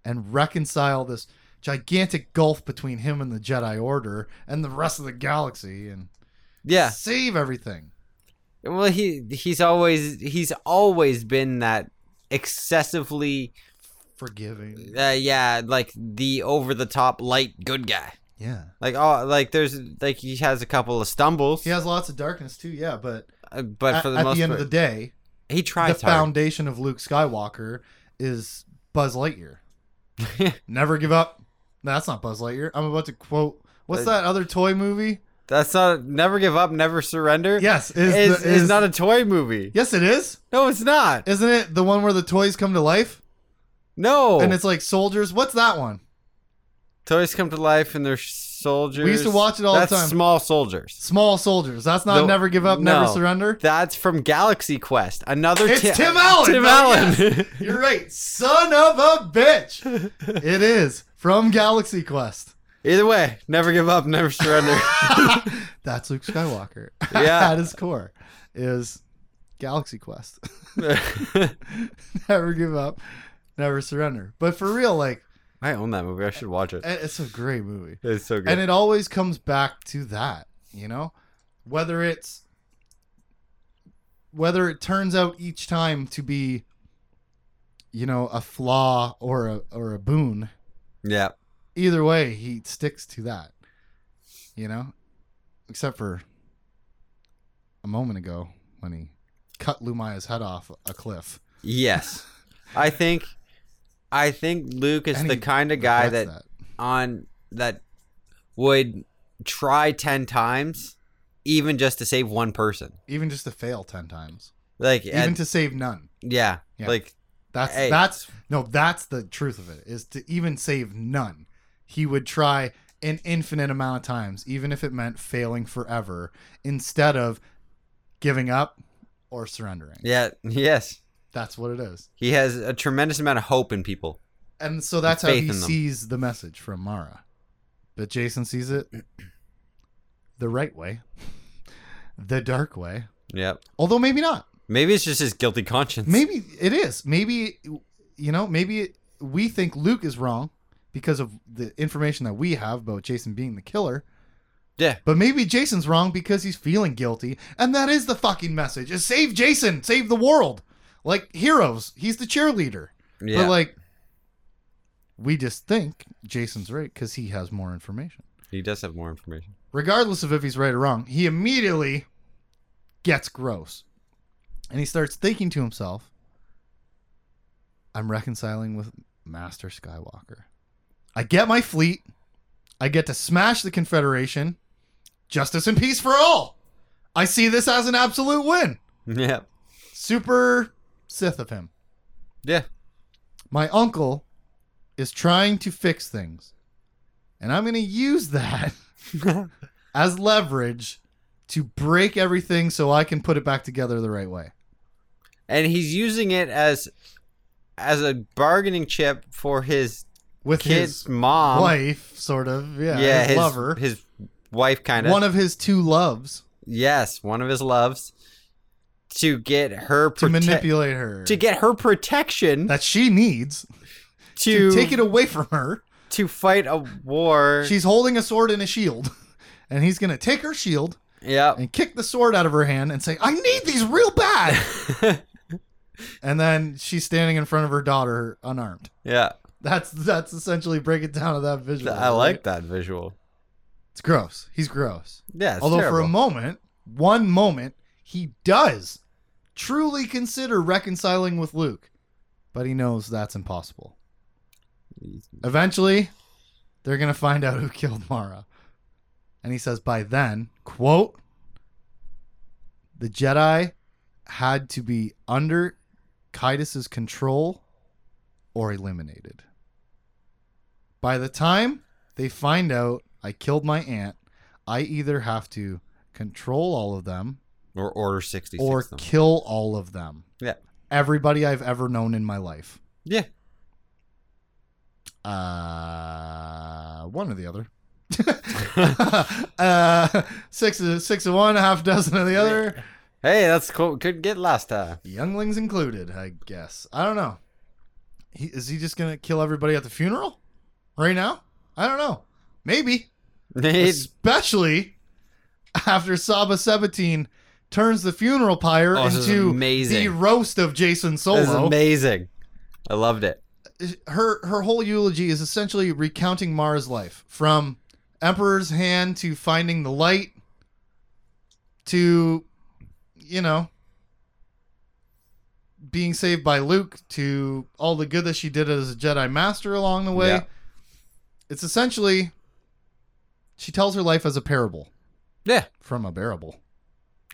and reconcile this gigantic gulf between him and the Jedi Order and the rest of the galaxy and
Yeah.
save everything.
Well, he he's always he's always been that excessively
Forgiving.
uh, yeah like the over the top light good guy.
Yeah.
Like oh like there's like he has a couple of stumbles.
He has lots of darkness too, yeah, but
uh, But
at,
for the
at
most
the end
part,
of the day,
he
the
tries hard.
foundation of Luke Skywalker is Buzz Lightyear. Never give up. No, that's not Buzz Lightyear. I'm about to quote. What's
Uh,
that other toy movie?
That's not never give up, never surrender.
Yes, is,
is,
the-
is,
is-
not a toy movie.
Yes, it is.
No, it's not.
Isn't it the one where the toys come to life?
No.
And it's like soldiers. What's that one?
Toys come to life and they're soldiers.
We used to watch it all the
That's
time.
Small soldiers.
Small soldiers. That's not
The-
never give up, never
no.
surrender.
That's from Galaxy Quest. Another
It's
Ti-
Tim Allen,
Tim
no,
Allen.
You're right, son of a bitch. it is from Galaxy Quest.
Either way, never give up, never surrender.
That's Luke Skywalker.
Yeah.
At his core is Galaxy Quest. never give up, never surrender. But for real, like
I own that movie. I should watch it.
it- it's a great movie.
It's so good.
And it always comes back to that, you know? Whether it's whether it turns out each time to be you know, a flaw or a or a boon,
yeah.
either way, he sticks to that. You know? Except for a moment ago when he cut Lumaya's head off a cliff.
Yes. I think I think Luke is
And
the
he
kind of guy that,
Regrets
on that would try 10 times even just to save one person.
even just to fail 10 times,
Like
even
and-
to save none.
yeah,
Yeah.
Like
That's
Hey.
that's no, that's the truth of it. Is to even save none, he would try an infinite amount of times, even if it meant failing forever, instead of giving up or surrendering.
yeah, yes.
That's what it is,
He has a tremendous amount of hope in people.
and so that's how
Faith
he
in them.
sees the message from Mara. But Jason sees it the right way, the dark way.
Yep.
Although maybe not.
Maybe it's just his guilty conscience.
Maybe it is. Maybe you know. Maybe it, we think Luke is wrong because of the information that we have about Jason being the killer.
Yeah.
But maybe Jason's wrong because he's feeling guilty, and that is the fucking message: is save Jason, save the world, like heroes. He's the cheerleader.
Yeah.
But like, we just think Jason's right because he has more information.
he does have more information.
Regardless of if he's right or wrong, he immediately gets gross. And he starts thinking to himself, I'm reconciling with Master Skywalker. I get my fleet. I get to smash the Confederation. Justice and peace for all. I see this as an absolute win.
Yeah.
Super Sith of him.
Yeah.
My uncle is trying to fix things. And I'm going to use that as leverage to break everything so I can put it back together the right way.
and he's using it as as a bargaining chip for his
With
kid's
his
mom.
wife, sort of, yeah,
yeah,
his,
his
lover,
his wife kind of.
one of his two loves,
yes, one of his loves to get her
to
prote-
manipulate her,
to get her protection
that she needs
to
to take it away from her.
to fight a war.
She's holding a sword and a shield, and he's gonna take her shield
yep.
and kick the sword out of her hand and say, "I need these real bad." and then she's standing in front of her daughter, unarmed.
Yeah.
That's that's essentially break it down to that visual.
I
right?
like that visual.
It's gross. He's gross.
Yeah. It's
Although for a
terrible.
moment, one moment, he does truly consider reconciling with Luke, but he knows that's impossible. Eventually, they're going to find out who killed Mara. And he says by then, quote, the Jedi had to be under Kaidas's control or eliminated. By the time they find out I killed my aunt, I either have to control all of them
or Order sixty six.
or kill all of them.
Yeah.
Everybody I've ever known in my life.
yeah.
Uh, one or the other. uh, six of six of one, a half dozen of the other.
Hey, that's cool. Couldn't get last time.
Younglings included, I guess. I don't know. He, is he just gonna kill everybody at the funeral right now? I don't know. Maybe.
It's-
especially after Saba Sebatine turns the funeral pyre
Oh, this is
into
amazing.
the roast of Jason
this is
Solo.
amazing. I loved it.
Her her whole eulogy is essentially recounting Mara's life from Emperor's hand to finding the light to you know being saved by Luke to all the good that she did as a Jedi master along the way.
Yeah.
It's essentially she tells her life as a parable
Yeah.
from a bearable.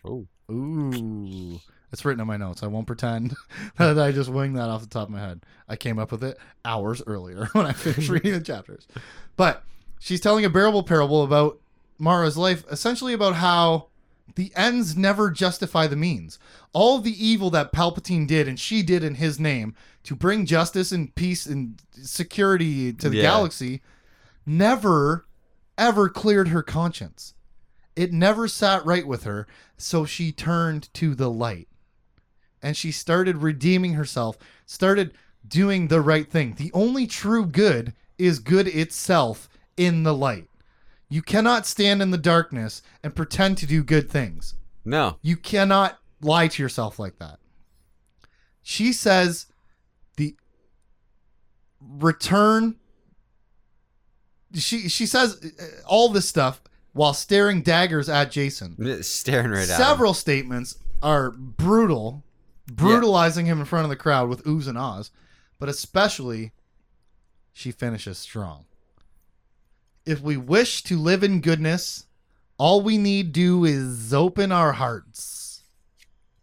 Oh.
Ooh. It's written in my notes. I won't pretend that I just winged that off the top of my head. I came up with it hours earlier when I finished reading the chapters. But she's telling a bearable parable about Mara's life, essentially about how the ends never justify the means. All the evil that Palpatine did and she did in his name to bring justice and peace and security to the
Yeah.
galaxy never ever cleared her conscience. It never sat right with her, so she turned to the light. And she started redeeming herself, started doing the right thing. The only true good is good itself in the light. You cannot stand in the darkness and pretend to do good things.
No.
You cannot lie to yourself like that. She says the return she she says uh, all this stuff while staring daggers at Jason.
Staring right at him.
Several statements are brutal, brutalizing him in front of the crowd with oohs and ahs, but especially she finishes strong. If we wish to live in goodness, all we need do is open our hearts.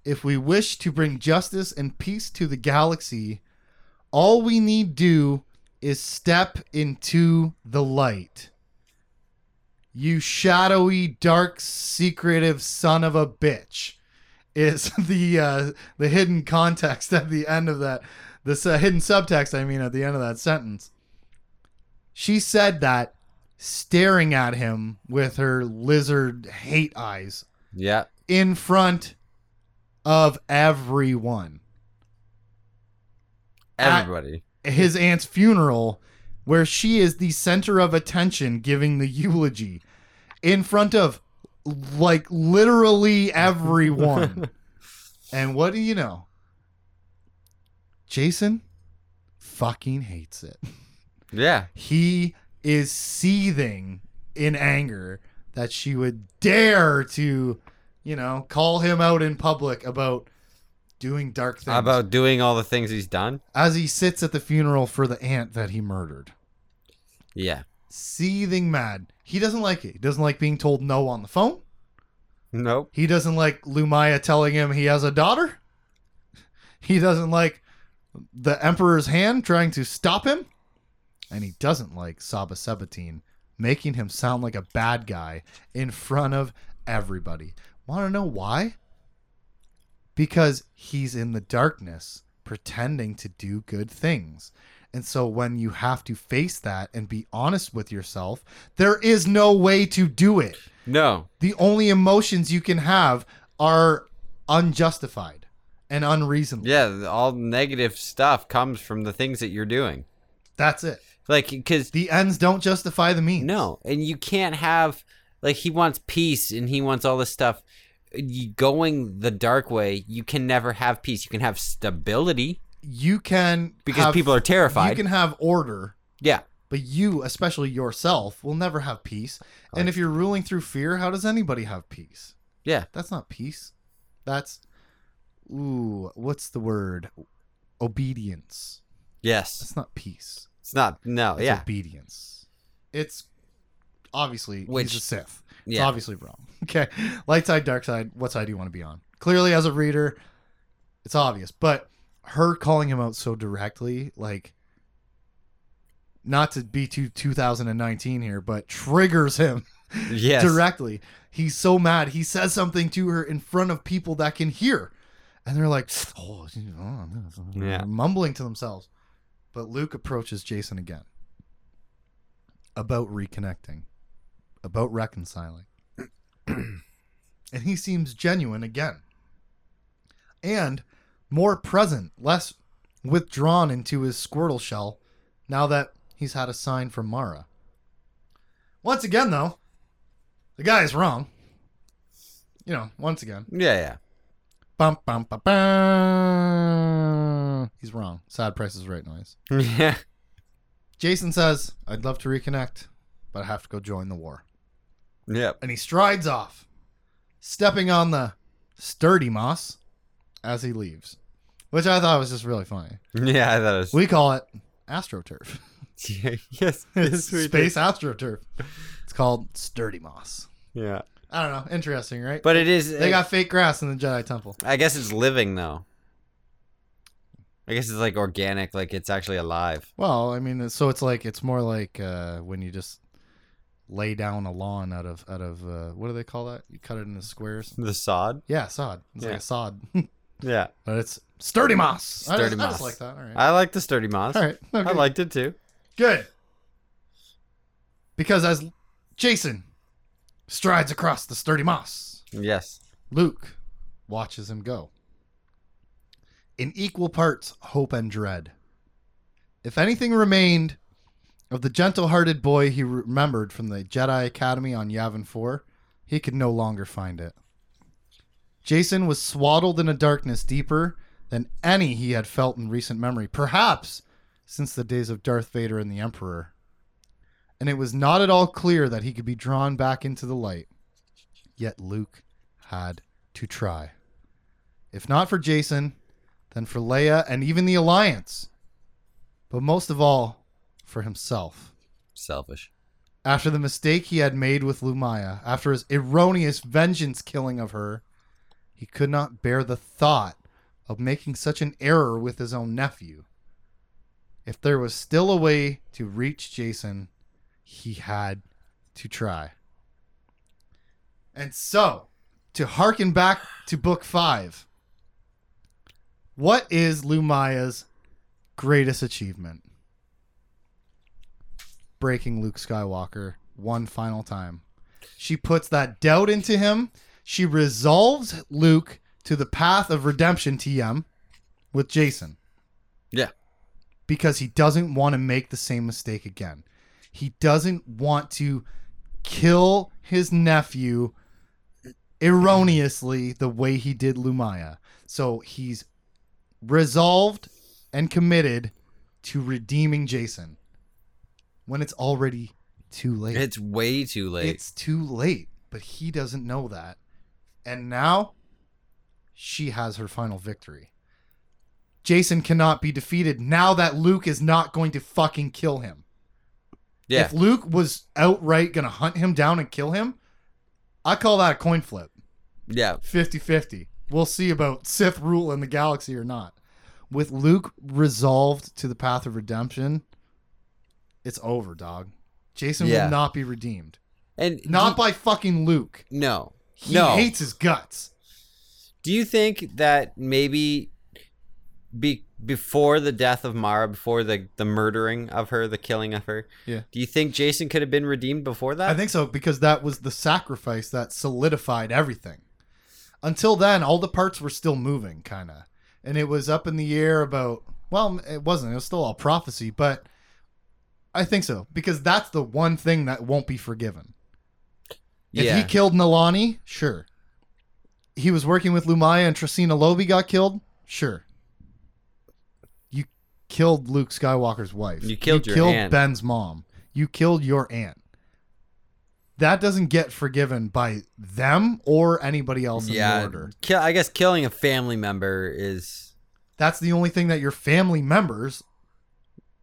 If we wish to bring justice and peace to the galaxy, all we need do is step into the light. You shadowy, dark, secretive son of a bitch is the uh, the hidden context at the end of that this uh, hidden subtext I mean at the end of that sentence. She said that staring at him with her lizard hate eyes
Yeah.
in front of everyone. At-
Everybody.
his aunt's funeral where she is the center of attention giving the eulogy in front of like literally everyone. and what do you know? Jason fucking hates it.
yeah.
He is seething in anger that she would dare to, you know, call him out in public about doing dark things
About doing all the things he's done.
as he sits at the funeral for the aunt that he murdered.
Yeah.
Seething mad. He doesn't like it. He doesn't like being told no on the phone.
Nope.
He doesn't like Lumaya telling him he has a daughter. He doesn't like the Emperor's hand trying to stop him. And he doesn't like Saba Sebatine making him sound like a bad guy in front of everybody. Want to know why? Because he's in the darkness pretending to do good things. And so when you have to face that and be honest with yourself, there is no way to do it
No.
the only emotions you can have are unjustified and unreasonable.
Yeah. All negative stuff comes from the things that you're doing.
That's it.
Like, because
The ends don't justify the means.
No, and you can't have like he wants peace and he wants all this stuff. You- Going the dark way, you can never have peace. You can have stability
You can
because
have-
people are terrified.
You can have order,
yeah,
but you, especially yourself, will never have peace. And if you're ruling through fear, how does anybody have peace?
yeah,
That's not peace. That's ooh, what's the word? Obedience.
yes.
That's not peace.
It's not no,
It's
yeah,
obedience. It's obviously
Which-
he's a Sith. It's
yeah,
obviously wrong. Okay. Light side, dark side, what side do you want to be on? Clearly, as a reader, it's obvious. But her calling him out so directly, like, not to be too 2019 here, but triggers him
yes,
directly. He's so mad. He says something to her in front of people that can hear. And they're like, oh,
Yeah.
mumbling to themselves. But Luke approaches Jason again about reconnecting, about reconciling. and he seems genuine again and more present, less withdrawn into his squirtle shell now that he's had a sign from Mara. Once again, though, the guy is wrong. You know, once again.
yeah, yeah.
Bum, bum, bum, bum. He's wrong. Sad Price is Right noise.
Yeah,
Jason says, I'd love to reconnect, but I have to go join the war.
yep,
And he strides off, stepping on the sturdy moss as he leaves, which I thought was just really funny.
yeah. I thought it was
We call it astroturf.
yes,
It's
yes, we did.
space astroturf. It's called sturdy moss.
Yeah,
I don't know. Interesting, right?
But it is.
they got fake grass in the Jedi Temple.
I guess it's living though. I guess it's like organic, like it's actually alive.
Well, I mean, so it's like it's more like uh, when you just lay down a lawn out of out of uh, what do they call that? You cut it into squares.
The sod.
Yeah, sod. It's
Yeah.
like a sod,
Yeah,
but it's sturdy moss. I
Sturdy
just, I just
moss.
like that. All right.
I like the sturdy moss.
All right. Okay.
I liked it too.
Good. Because as Jason strides across the sturdy moss,
Yes.
Luke watches him go. In equal parts hope and dread. If anything remained of the gentle hearted boy he remembered from the Jedi Academy on Yavin 4, he could no longer find it. Jason was swaddled in a darkness deeper than any he had felt in recent memory, perhaps since the days of Darth Vader and the Emperor. And it was not at all clear that he could be drawn back into the light. Yet Luke had to try. If not for Jason, then for Leia and even the Alliance. But most of all, for himself
Selfish.
after the mistake he had made with Lumaya, after his erroneous vengeance killing of her, he could not bear the thought of making such an error with his own nephew. If there was still a way to reach Jason, he had to try. And so, to hearken back to book five, what is Lumaya's greatest achievement? breaking Luke Skywalker one final time. She puts that doubt into him. She resolves Luke to the path of redemption TM with Jason.
Yeah.
Because he doesn't want to make the same mistake again. He doesn't want to kill his nephew erroneously the way he did Lumaya. So he's resolved and committed to redeeming Jason when it's already too late.
It's way too late.
It's too late, but he doesn't know that. And now she has her final victory. Jason cannot be defeated now that Luke is not going to fucking kill him.
yeah.
If Luke was outright going to hunt him down and kill him, I call that a coin flip.
yeah.
50 50. We'll see about Sith rule in the galaxy or not. With Luke resolved to the path of redemption, it's over, dog. Jason
Yeah.
will not be redeemed.
And
Not
do-
by fucking Luke.
no.
He
no.
hates his guts.
Do you think that maybe be before the death of Mara, before the the murdering of her, the killing of her?
Yeah.
Do you think Jason could have been redeemed before that?
I think so because that was the sacrifice that solidified everything. Until then, all the parts were still moving, kind of, and it was up in the air about. Well, it wasn't. It was still all prophecy, but I think so because that's the one thing that won't be forgiven. If
yeah.
he killed Nalani, sure. He was working with Lumaya and Tracina Lobi got killed, sure. You killed Luke Skywalker's wife.
You killed your aunt.
Ben's mom. You killed your aunt. That doesn't get forgiven by them or anybody else in
yeah.
the order.
Kill, I guess killing a family member is
That's the only thing that your family members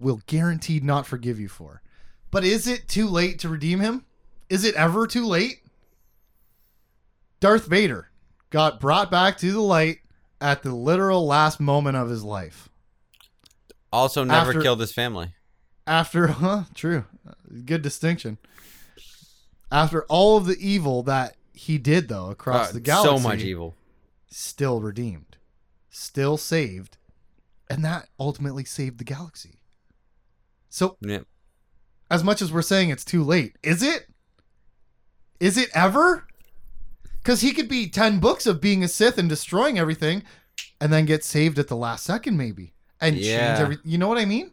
will guaranteed not forgive you for. But is it too late to redeem him? Is it ever too late? Darth Vader got brought back to the light at the literal last moment of his life.
also never
After-
killed his family.
After, huh, true. Good distinction. After all of the evil that he did, though, across
Uh,
the galaxy.
So much evil.
still redeemed, still saved, and that ultimately saved the galaxy. So,
Yeah.
as much as we're saying it's too late, is it? Is it ever? Because he could be 10 books of being a Sith and destroying everything and then get saved at the last second, maybe, and
Yeah.
change every. You know what I mean?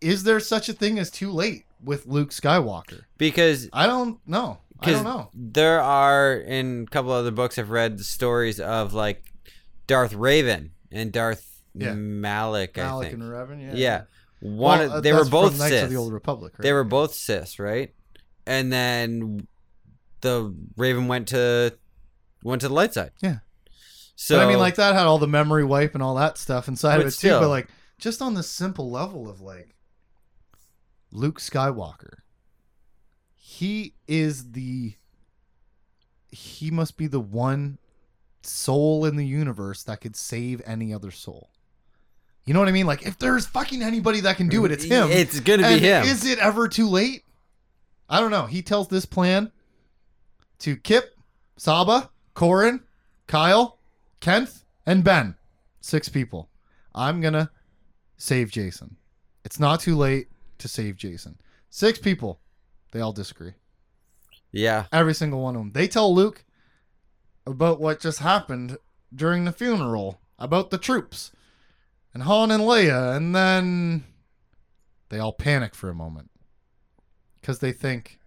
Is there such a thing as too late with Luke Skywalker?
Because
I don't know. I
Because
don't know.
There are in a couple other books I've read the stories of like Darth Raven and Darth
Yeah.
Malik. I
Alec
think.
and Revan, yeah.
yeah. One.
Well, uh,
of they were
that's from
both
Knights
Sith.
of the Old Republic. Right?
They were both cis, right? And then the Raven went to went to the light side.
Yeah.
So
but I mean, like that had all the memory wipe and all that stuff inside of
But
it
still.
too. But like, just on the simple level of like, Luke Skywalker, he is the he must be the one soul in the universe that could save any other soul. You know what I mean? Like if there's fucking anybody that can do it, it's him.
It's gonna be
And
him.
Is it ever too late? I don't know. He tells this plan to Kip, Saba, Corin, Kyle, Kent, and Ben. Six people. I'm gonna save Jason. It's not too late to save Jason. Six people. They all disagree.
yeah.
Every single one of them. They tell Luke about what just happened during the funeral, about the troops, and Han and Leia, and then they all panic for a moment because they think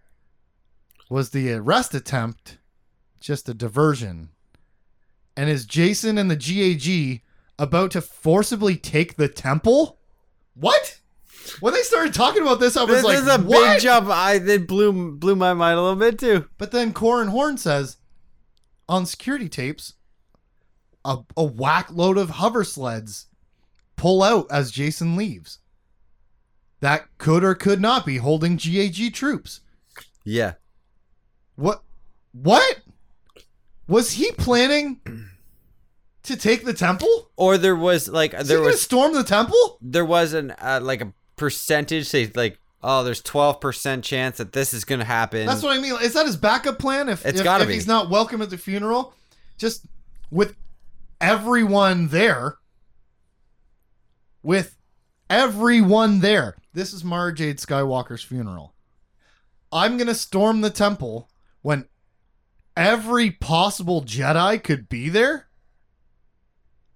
was the arrest attempt just a diversion, and is Jason and the GAG about to forcibly take the temple? What? When they started talking about this, I was
This
like,
is a
"What?"
big jump. I it blew blew my mind a little bit too.
But then Corin Horn says on security tapes, a, a whack load of hover sleds pull out as Jason leaves. That could or could not be holding GAG troops.
Yeah.
What? What? Was he planning to take the temple?
Or there was like
Is
there
he gonna
was
storm the temple?
there was an uh, like a percentage say like oh there's 12% chance that this is going to happen
That's what I mean. Is that his backup plan? If
It's
if,
gotta
if
be.
he's not welcome at the funeral, just with everyone there, with everyone there. This is Mara Jade Skywalker's funeral. I'm gonna storm the temple when every possible Jedi could be there.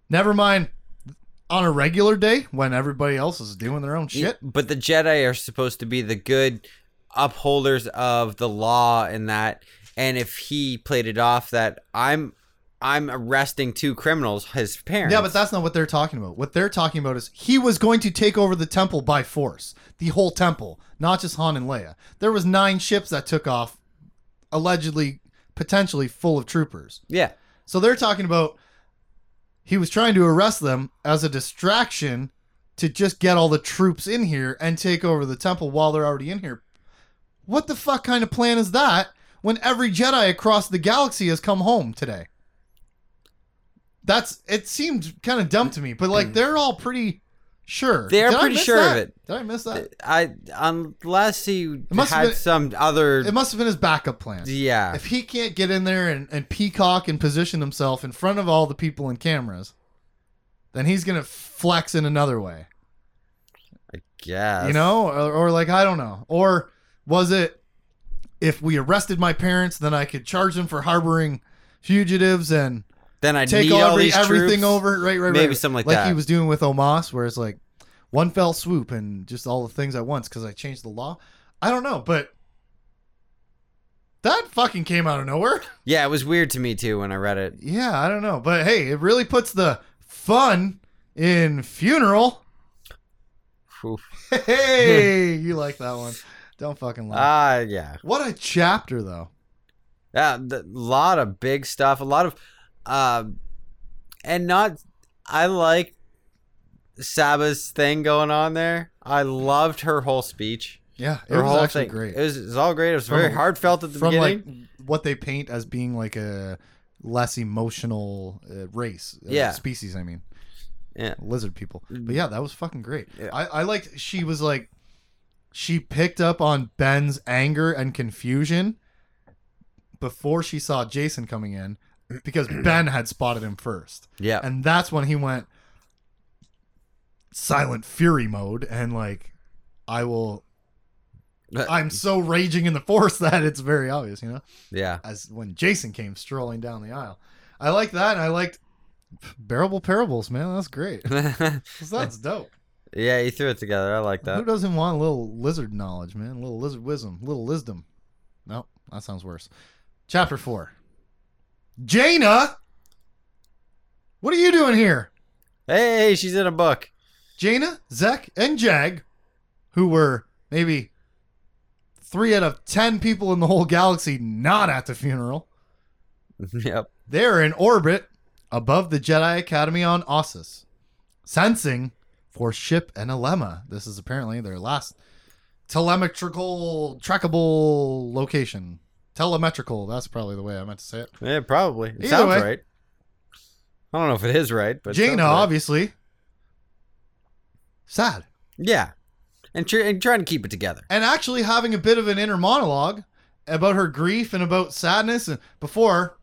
Never mind on a regular day when everybody else is doing their own shit.
but the jedi are supposed to be the good upholders of the law and that and if he played it off that i'm i'm arresting two criminals his parents
Yeah, but that's not what they're talking about. What they're talking about is he was going to take over the temple by force, the whole temple, not just Han and Leia. There was nine ships that took off, allegedly, potentially full of troopers.
yeah
So they're talking about he was trying to arrest them as a distraction to just get all the troops in here and take over the temple while they're already in here. What the fuck kind of plan is that when every Jedi across the galaxy has come home today? That's it seemed kind of dumb to me, but like they're all pretty sure.
They're
I
Mm. pretty
miss
sure of
that?
it.
Did I miss that?
i unless he
must have
had
been-
some other
It must have been his backup plan.
yeah
If he can't get in there and, and peacock and position himself in front of all the people and cameras, then he's gonna flex in another way.
i guess
You know, or, or like I don't know. Or was it if we arrested my parents, then I could charge them for harboring fugitives and
then i
take
need all
over
these
everything
troops.
over? Right, right,
Maybe
right.
something like
Like he
that.
was doing with Omas, where it's like one fell swoop and just all the things at once because I changed the law. I don't know, but that fucking came out of nowhere.
yeah it was weird to me too when i read it
Yeah, I don't know, but hey, it really puts the fun in funeral.
Oof.
Hey, you like that one? Don't fucking lie.
ah yeah
what a chapter, though.
Yeah, a lot of big stuff. A lot of, uh, and not. I like Saba's thing going on there. I loved her whole speech.
Yeah, it
her
was
whole
actually
thing.
great.
It was, it was all great. It was
From
very
a-
heartfelt at the
From
beginning.
like what they paint as being like a less emotional uh, race, uh,
Yeah.
species. I mean,
Yeah. Mm.
lizard people. But yeah, that was fucking great.
Yeah.
I I liked. She was like, she picked up on Ben's anger and confusion before she saw Jason coming in, because Ben had spotted him first,
yeah,
and that's when he went silent fury mode and like, I will.
But-
I'm so raging in the force that it's very obvious, you know
yeah.
as when Jason came strolling down the aisle. I like that, and I liked bearable parables, man. That's great.
yeah,
'Cause That's dope.
you threw it together. I like
Who
that.
doesn't want a little lizard knowledge, man? A little lizard wisdom, a little wisdom. No, that sounds worse. Chapter four. Jaina, what are you doing here?
Hey, she's in a book.
Jaina, Zek, and Jag, who were maybe three out of ten people in the whole galaxy not at the funeral.
yep.
They're in orbit above the Jedi Academy on Ossus, sensing for ship and Alema. This is apparently their last telemetrical trackable location. Telemetrical. That's probably the way I meant to say it.
Yeah, probably. It
Either
sounds
way.
right. I don't know if it is right, but it sounds
Jaina,
right.
obviously. Sad.
Yeah, and, tr- and trying to keep it together.
And actually having a bit of an inner monologue about her grief and about sadness and before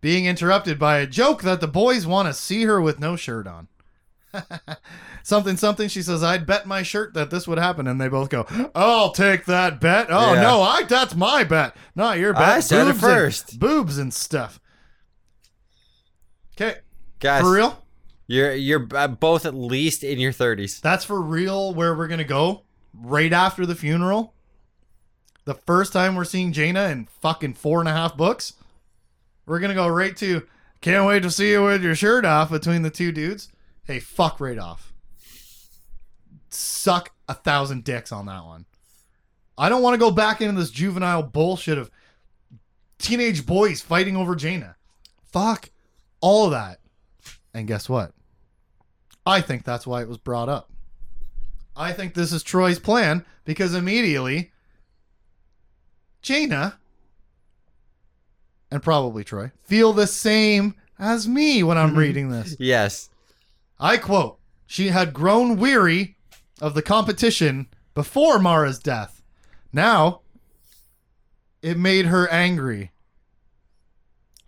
being interrupted by a joke that the boys want to see her with no shirt on. something, something. She says, I'd bet my shirt that this would happen. And they both go, I'll take that bet. Oh,
Yeah.
no, I that's my bet, not your bet.
I said it
Boobs and-
first.
boobs and stuff. Okay,
Guys,
for real?
you're you're uh, both at least in your thirties.
That's for real where we're going to go right after the funeral. The first time we're seeing Jaina in fucking four and a half books. We're going to go right to can't wait to see you with your shirt off between the two dudes. Hey, fuck right off. Suck a thousand dicks on that one. I don't want to go back into this juvenile bullshit of teenage boys fighting over Jaina. Fuck all of that. And guess what? I think that's why it was brought up. I think this is Troy's plan because immediately Jaina and probably Troy feel the same as me when I'm reading this.
Yes.
I quote, she had grown weary of the competition before Mara's death. Now, it made her angry.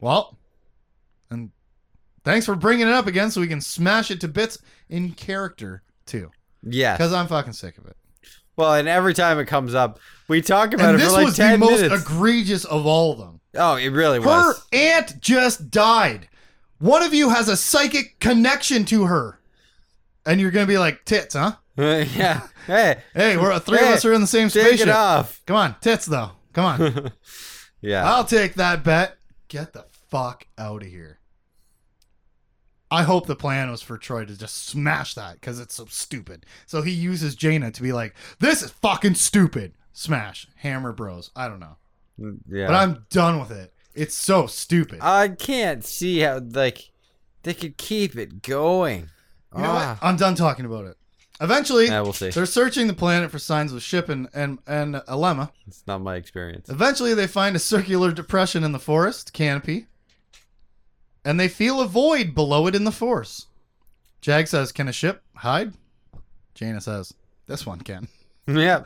Well, and thanks for bringing it up again so we can smash it to bits in character, too.
Yes.
Because I'm fucking sick of it.
Well, and every time it comes up, we talk
And
about it
this
for like
was the
ten
most
minutes.
egregious of all of them.
oh, it really
Her
was.
aunt just died. One of you has a psychic connection to her. And you're going to be like, tits, huh?
yeah. Hey,
Hey, we're three
Hey,
of us are in the same
take
spaceship.
it off.
Come on, tits though. Come on.
yeah.
I'll take that bet. Get the fuck out of here. I hope the plan was for Troy to just smash that because it's so stupid. So he uses Jaina to be like, this is fucking stupid. Smash. Hammer bros. I don't know.
yeah.
But I'm done with it. It's so stupid.
I can't see how like they could keep it going.
You know what?
Ah.
I'm done talking about it. Eventually,
Yeah, we'll see.
they're searching the planet for signs of ship and, and, and Alema.
It's not my experience.
Eventually, they find a circular depression in the forest canopy, and they feel a void below it in the forest. Jag says, "Can a ship hide?" Jaina says, "This one can."
yeah.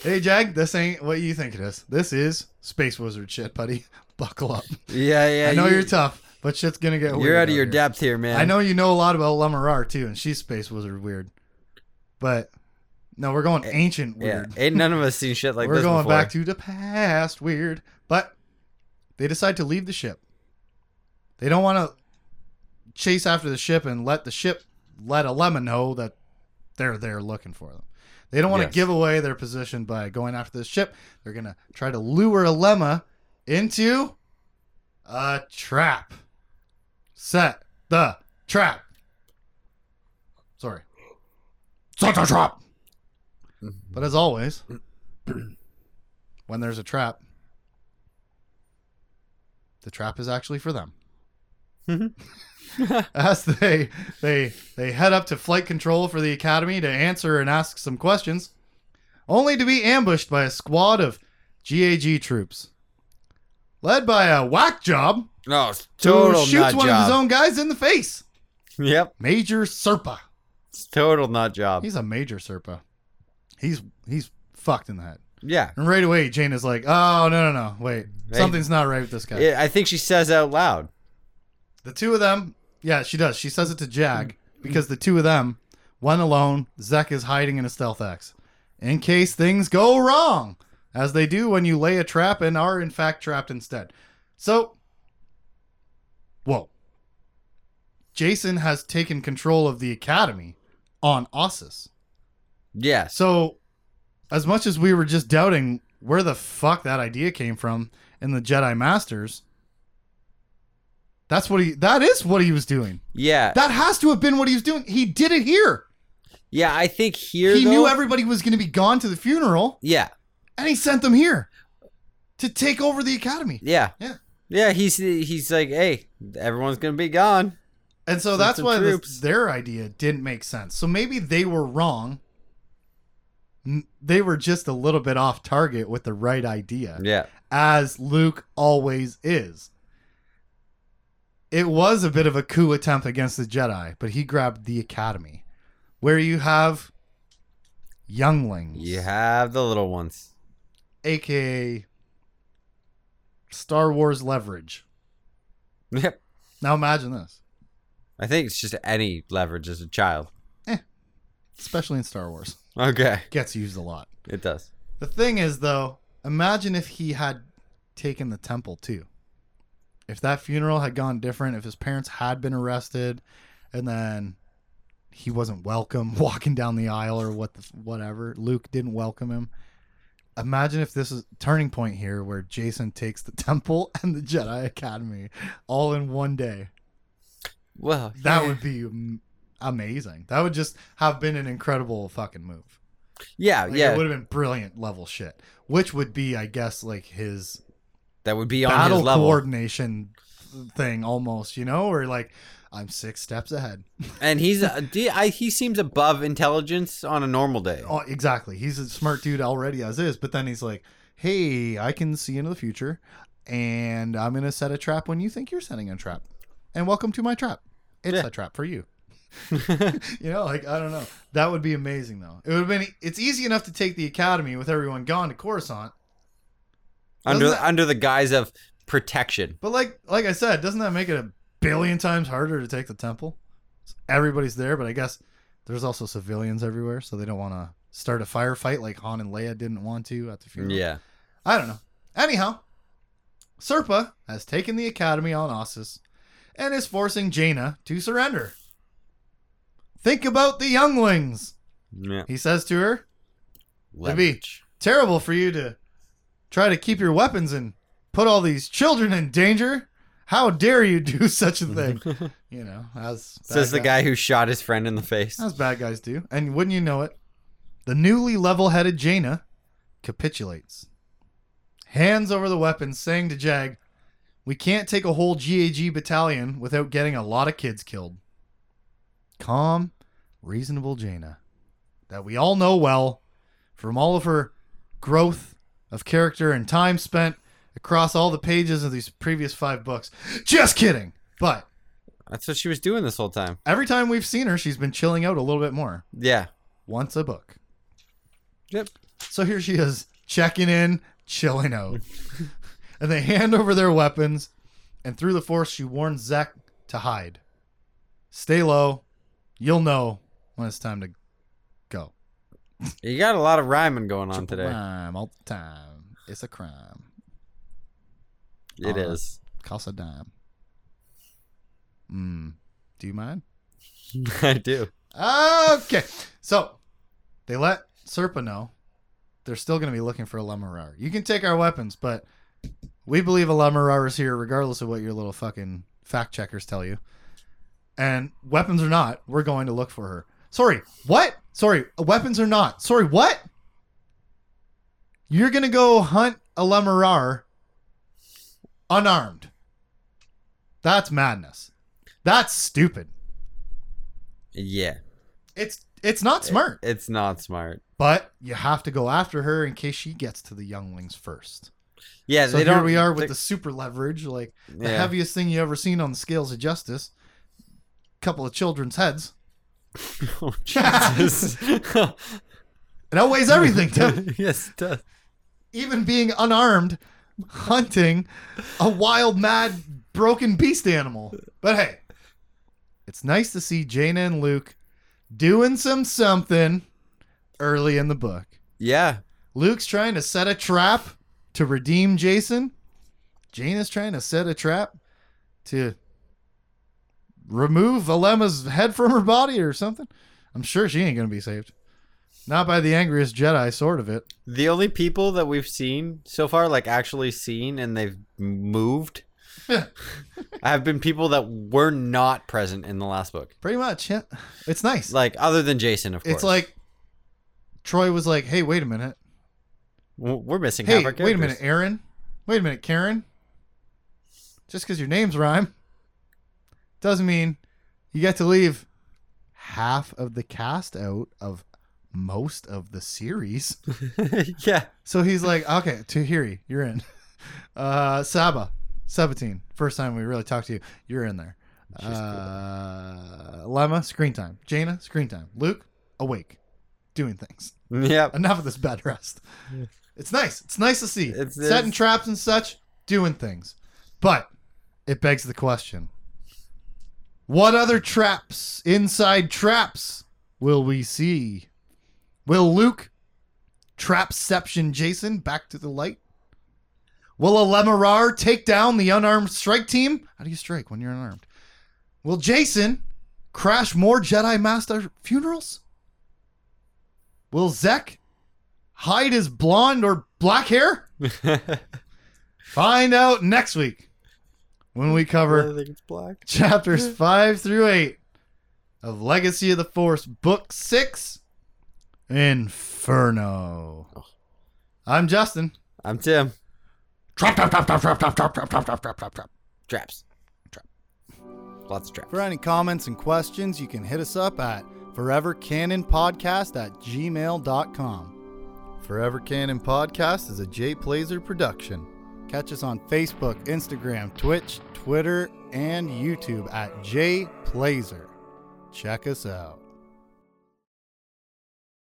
hey, Jag, this ain't what you think it is. This is space wizard shit, buddy. Buckle up.
Yeah, yeah.
I know
you,
you, are tough, but shit's gonna get weird.
You're out of your
here.
depth here, man.
I know you know a lot about Lemarar too, and she's space wizard weird, but no, we're going ancient
Eh, Yeah.
weird.
Ain't none of us seen shit like
We're
this
going
before.
back to the past. Weird. But they decide to leave the ship. They don't want to chase after the ship and let the ship let a lemon know that they're there looking for them. They don't want
Yes.
to give away their position by going after the ship. They're going to try to lure a lemma into a trap. Set the trap. Sorry. Set the trap. But as always, when there's a trap, the trap is actually for them. As they they they head up to flight control for the academy to answer and ask some questions, only to be ambushed by a squad of GAG troops, led by a whack job
No, it's
who
total
shoots
nut
one of
job.
his own guys in the face.
Yep,
Major Serpa.
it's total nut job.
He's a major Serpa. He's he's fucked in the head.
yeah.
And right away, Jane is like, "Oh no no no! Wait,
Hey.
something's not right with this guy."
Yeah, I think she says out loud.
The two of them, yeah, she does. She says it to Jag because the two of them, one alone, Zek is hiding in a stealth X. In case things go wrong, as they do when you lay a trap and are in fact trapped instead. So, whoa. Jason has taken control of the academy on Ossus.
Yes.
So, as much as we were just doubting where the fuck that idea came from in the Jedi Masters, that's what he that is what he was doing.
Yeah.
That has to have been what he was doing. He did it here.
Yeah, I think here
He
though,
knew everybody was going to be gone to the funeral
Yeah.
and he sent them here to take over the academy.
Yeah.
Yeah.
Yeah, he's he's like, "Hey, everyone's going to be gone."
And so
Sent
that's
the
why this,
troops.
their idea didn't make sense. So maybe they were wrong n- they were just a little bit off target with the right idea
Yeah.
as Luke always is. It was a bit of a coup attempt against the Jedi, but he grabbed the Academy, where you have younglings,
You have the little ones.
aka Star Wars leverage.
Yep.
Now imagine this,
I think it's just any leverage as a child.
especially in Star Wars,
Okay.
gets used a lot.
It does.
The thing is, though, imagine if he had taken the temple too. If that funeral had gone different, if his parents had been arrested, and then he wasn't welcome walking down the aisle or what the, whatever, Luke didn't welcome him. Imagine if this is turning point here where Jason takes the temple and the Jedi Academy all in one day.
Well,
That
yeah.
would be am- amazing. That would just have been an incredible fucking move.
Yeah,
Like,
yeah.
It would have been brilliant level shit. Which would be, I guess, like his
that would be on his
battle
level.
coordination thing almost, you know? Or like, I'm six steps ahead.
And he's a, d- I, he seems above intelligence on a normal day.
Oh, exactly. He's a smart dude already as is, but then he's like, hey, I can see into the future and I'm going to set a trap when you think you're setting a trap. And welcome to my trap. It's
Yeah.
a trap for you. You know, like I don't know. That would be amazing though. It would have been it's easy enough to take the academy with everyone gone to Coruscant.
under
that-
under the guise of protection.
But like like I said, doesn't that make it a billion times harder to take the temple? Everybody's there, but I guess there's also civilians everywhere, so they don't want to start a firefight like Han and Leia didn't want to at the funeral.
Yeah.
I don't know. Anyhow, Serpa has taken the academy on Ossus and is forcing Jaina to surrender. Think about the younglings,
Yeah.
he says to her.
Leverage.
terrible for you to try to keep your weapons and put all these children in danger. How dare you do such a thing? you know, as
Says
bad
the guy who shot his friend in the face.
as bad guys do. And wouldn't you know it, the newly level-headed Jaina capitulates, hands over the weapons, saying to Jag, "We can't take a whole GAG battalion without getting a lot of kids killed." Calm, reasonable Jaina, that we all know well from all of her growth of character and time spent across all the pages of these previous five books. Just kidding, but.
That's what she was doing this whole time.
Every time we've seen her, she's been chilling out a little bit more
Yeah.
once a book.
Yep.
So here she is, checking in, chilling out. and they hand over their weapons, and through the force, she warns Zek to hide. Stay low. You'll know when it's time to go.
You got a lot of rhyming going on today.
Crime all the time. It's a crime.
It
Uh,
is.
Costs a dime. Mm. Do you mind?
I do.
Okay. So they let Serpa know they're still going to be looking for a Lemurar. You can take our weapons, but we believe a Lemurar is here, regardless of what your little fucking fact checkers tell you. And weapons or not, we're going to look for her. Sorry, what? Sorry, uh, weapons or not. Sorry, what? You're going to go hunt a Lemurar unarmed. That's madness. That's stupid.
Yeah.
It's it's not smart.
It's not smart.
But you have to go after her in case she gets to the younglings first.
Yeah,
so
they
here
don't.
we are with
they-
the super leverage, like the
yeah.
heaviest thing you ever seen on the scales of justice. Couple of children's heads.
Oh, Jesus.
It outweighs everything, Tim.
yes, it does.
Even being unarmed, hunting a wild, mad, broken beast animal. But hey, it's nice to see Jaina and Luke doing some something early in the book.
Yeah.
Luke's trying to set a trap to redeem Jason. Jane is trying to set a trap to remove Alema's head from her body or something. I'm sure she ain't going to be saved. Not by the angriest Jedi sword of it.
The only people that we've seen so far, like actually seen and they've moved, have been people that were not present in the last book.
Pretty much, yeah. It's nice.
Like, other than Jason, of course.
it's like Troy was like, hey, wait a minute.
W- we're missing
Hey,
half our characters.
wait a minute, Aaron. Wait a minute, Karen. Just because your names rhyme doesn't mean you get to leave half of the cast out of most of the series.
yeah.
So he's like, okay, Tahiri, you're in. Uh, Saba, Sabatine, first time we really talked to you, you're in there.
She's cool.
Uh, Lema, screen time. Jaina, screen time. Luke, awake, doing things.
Yep.
Enough of this bed rest.
Yeah.
It's nice. It's nice to see.
It's-
Setting
it's-
traps and such, doing things. But it begs the question what other traps, inside traps, will we see? Will Luke trapception Jason back to the light? Will a Lemarar take down the unarmed strike team? How do you strike when you're unarmed? Will Jason crash more Jedi Master funerals? Will Zek hide his blonde or black hair? Find out next week when we cover
I think it's black.
chapters 5 through 8 of Legacy of the Force, Book 6, Inferno. I'm Justin.
I'm Tim.
Trap, trap, trap, trap, trap, trap, trap, trap, trap, trap, trap, trap, trap.
Traps. Trap. Lots of traps.
For any comments and questions, you can hit us up at forevercanonpodcast at gmail.com. Forever Canon Podcast is a Jay Plazer production. Catch us on Facebook, Instagram, Twitch, Twitter, and YouTube at Jay Plazer. Check us out.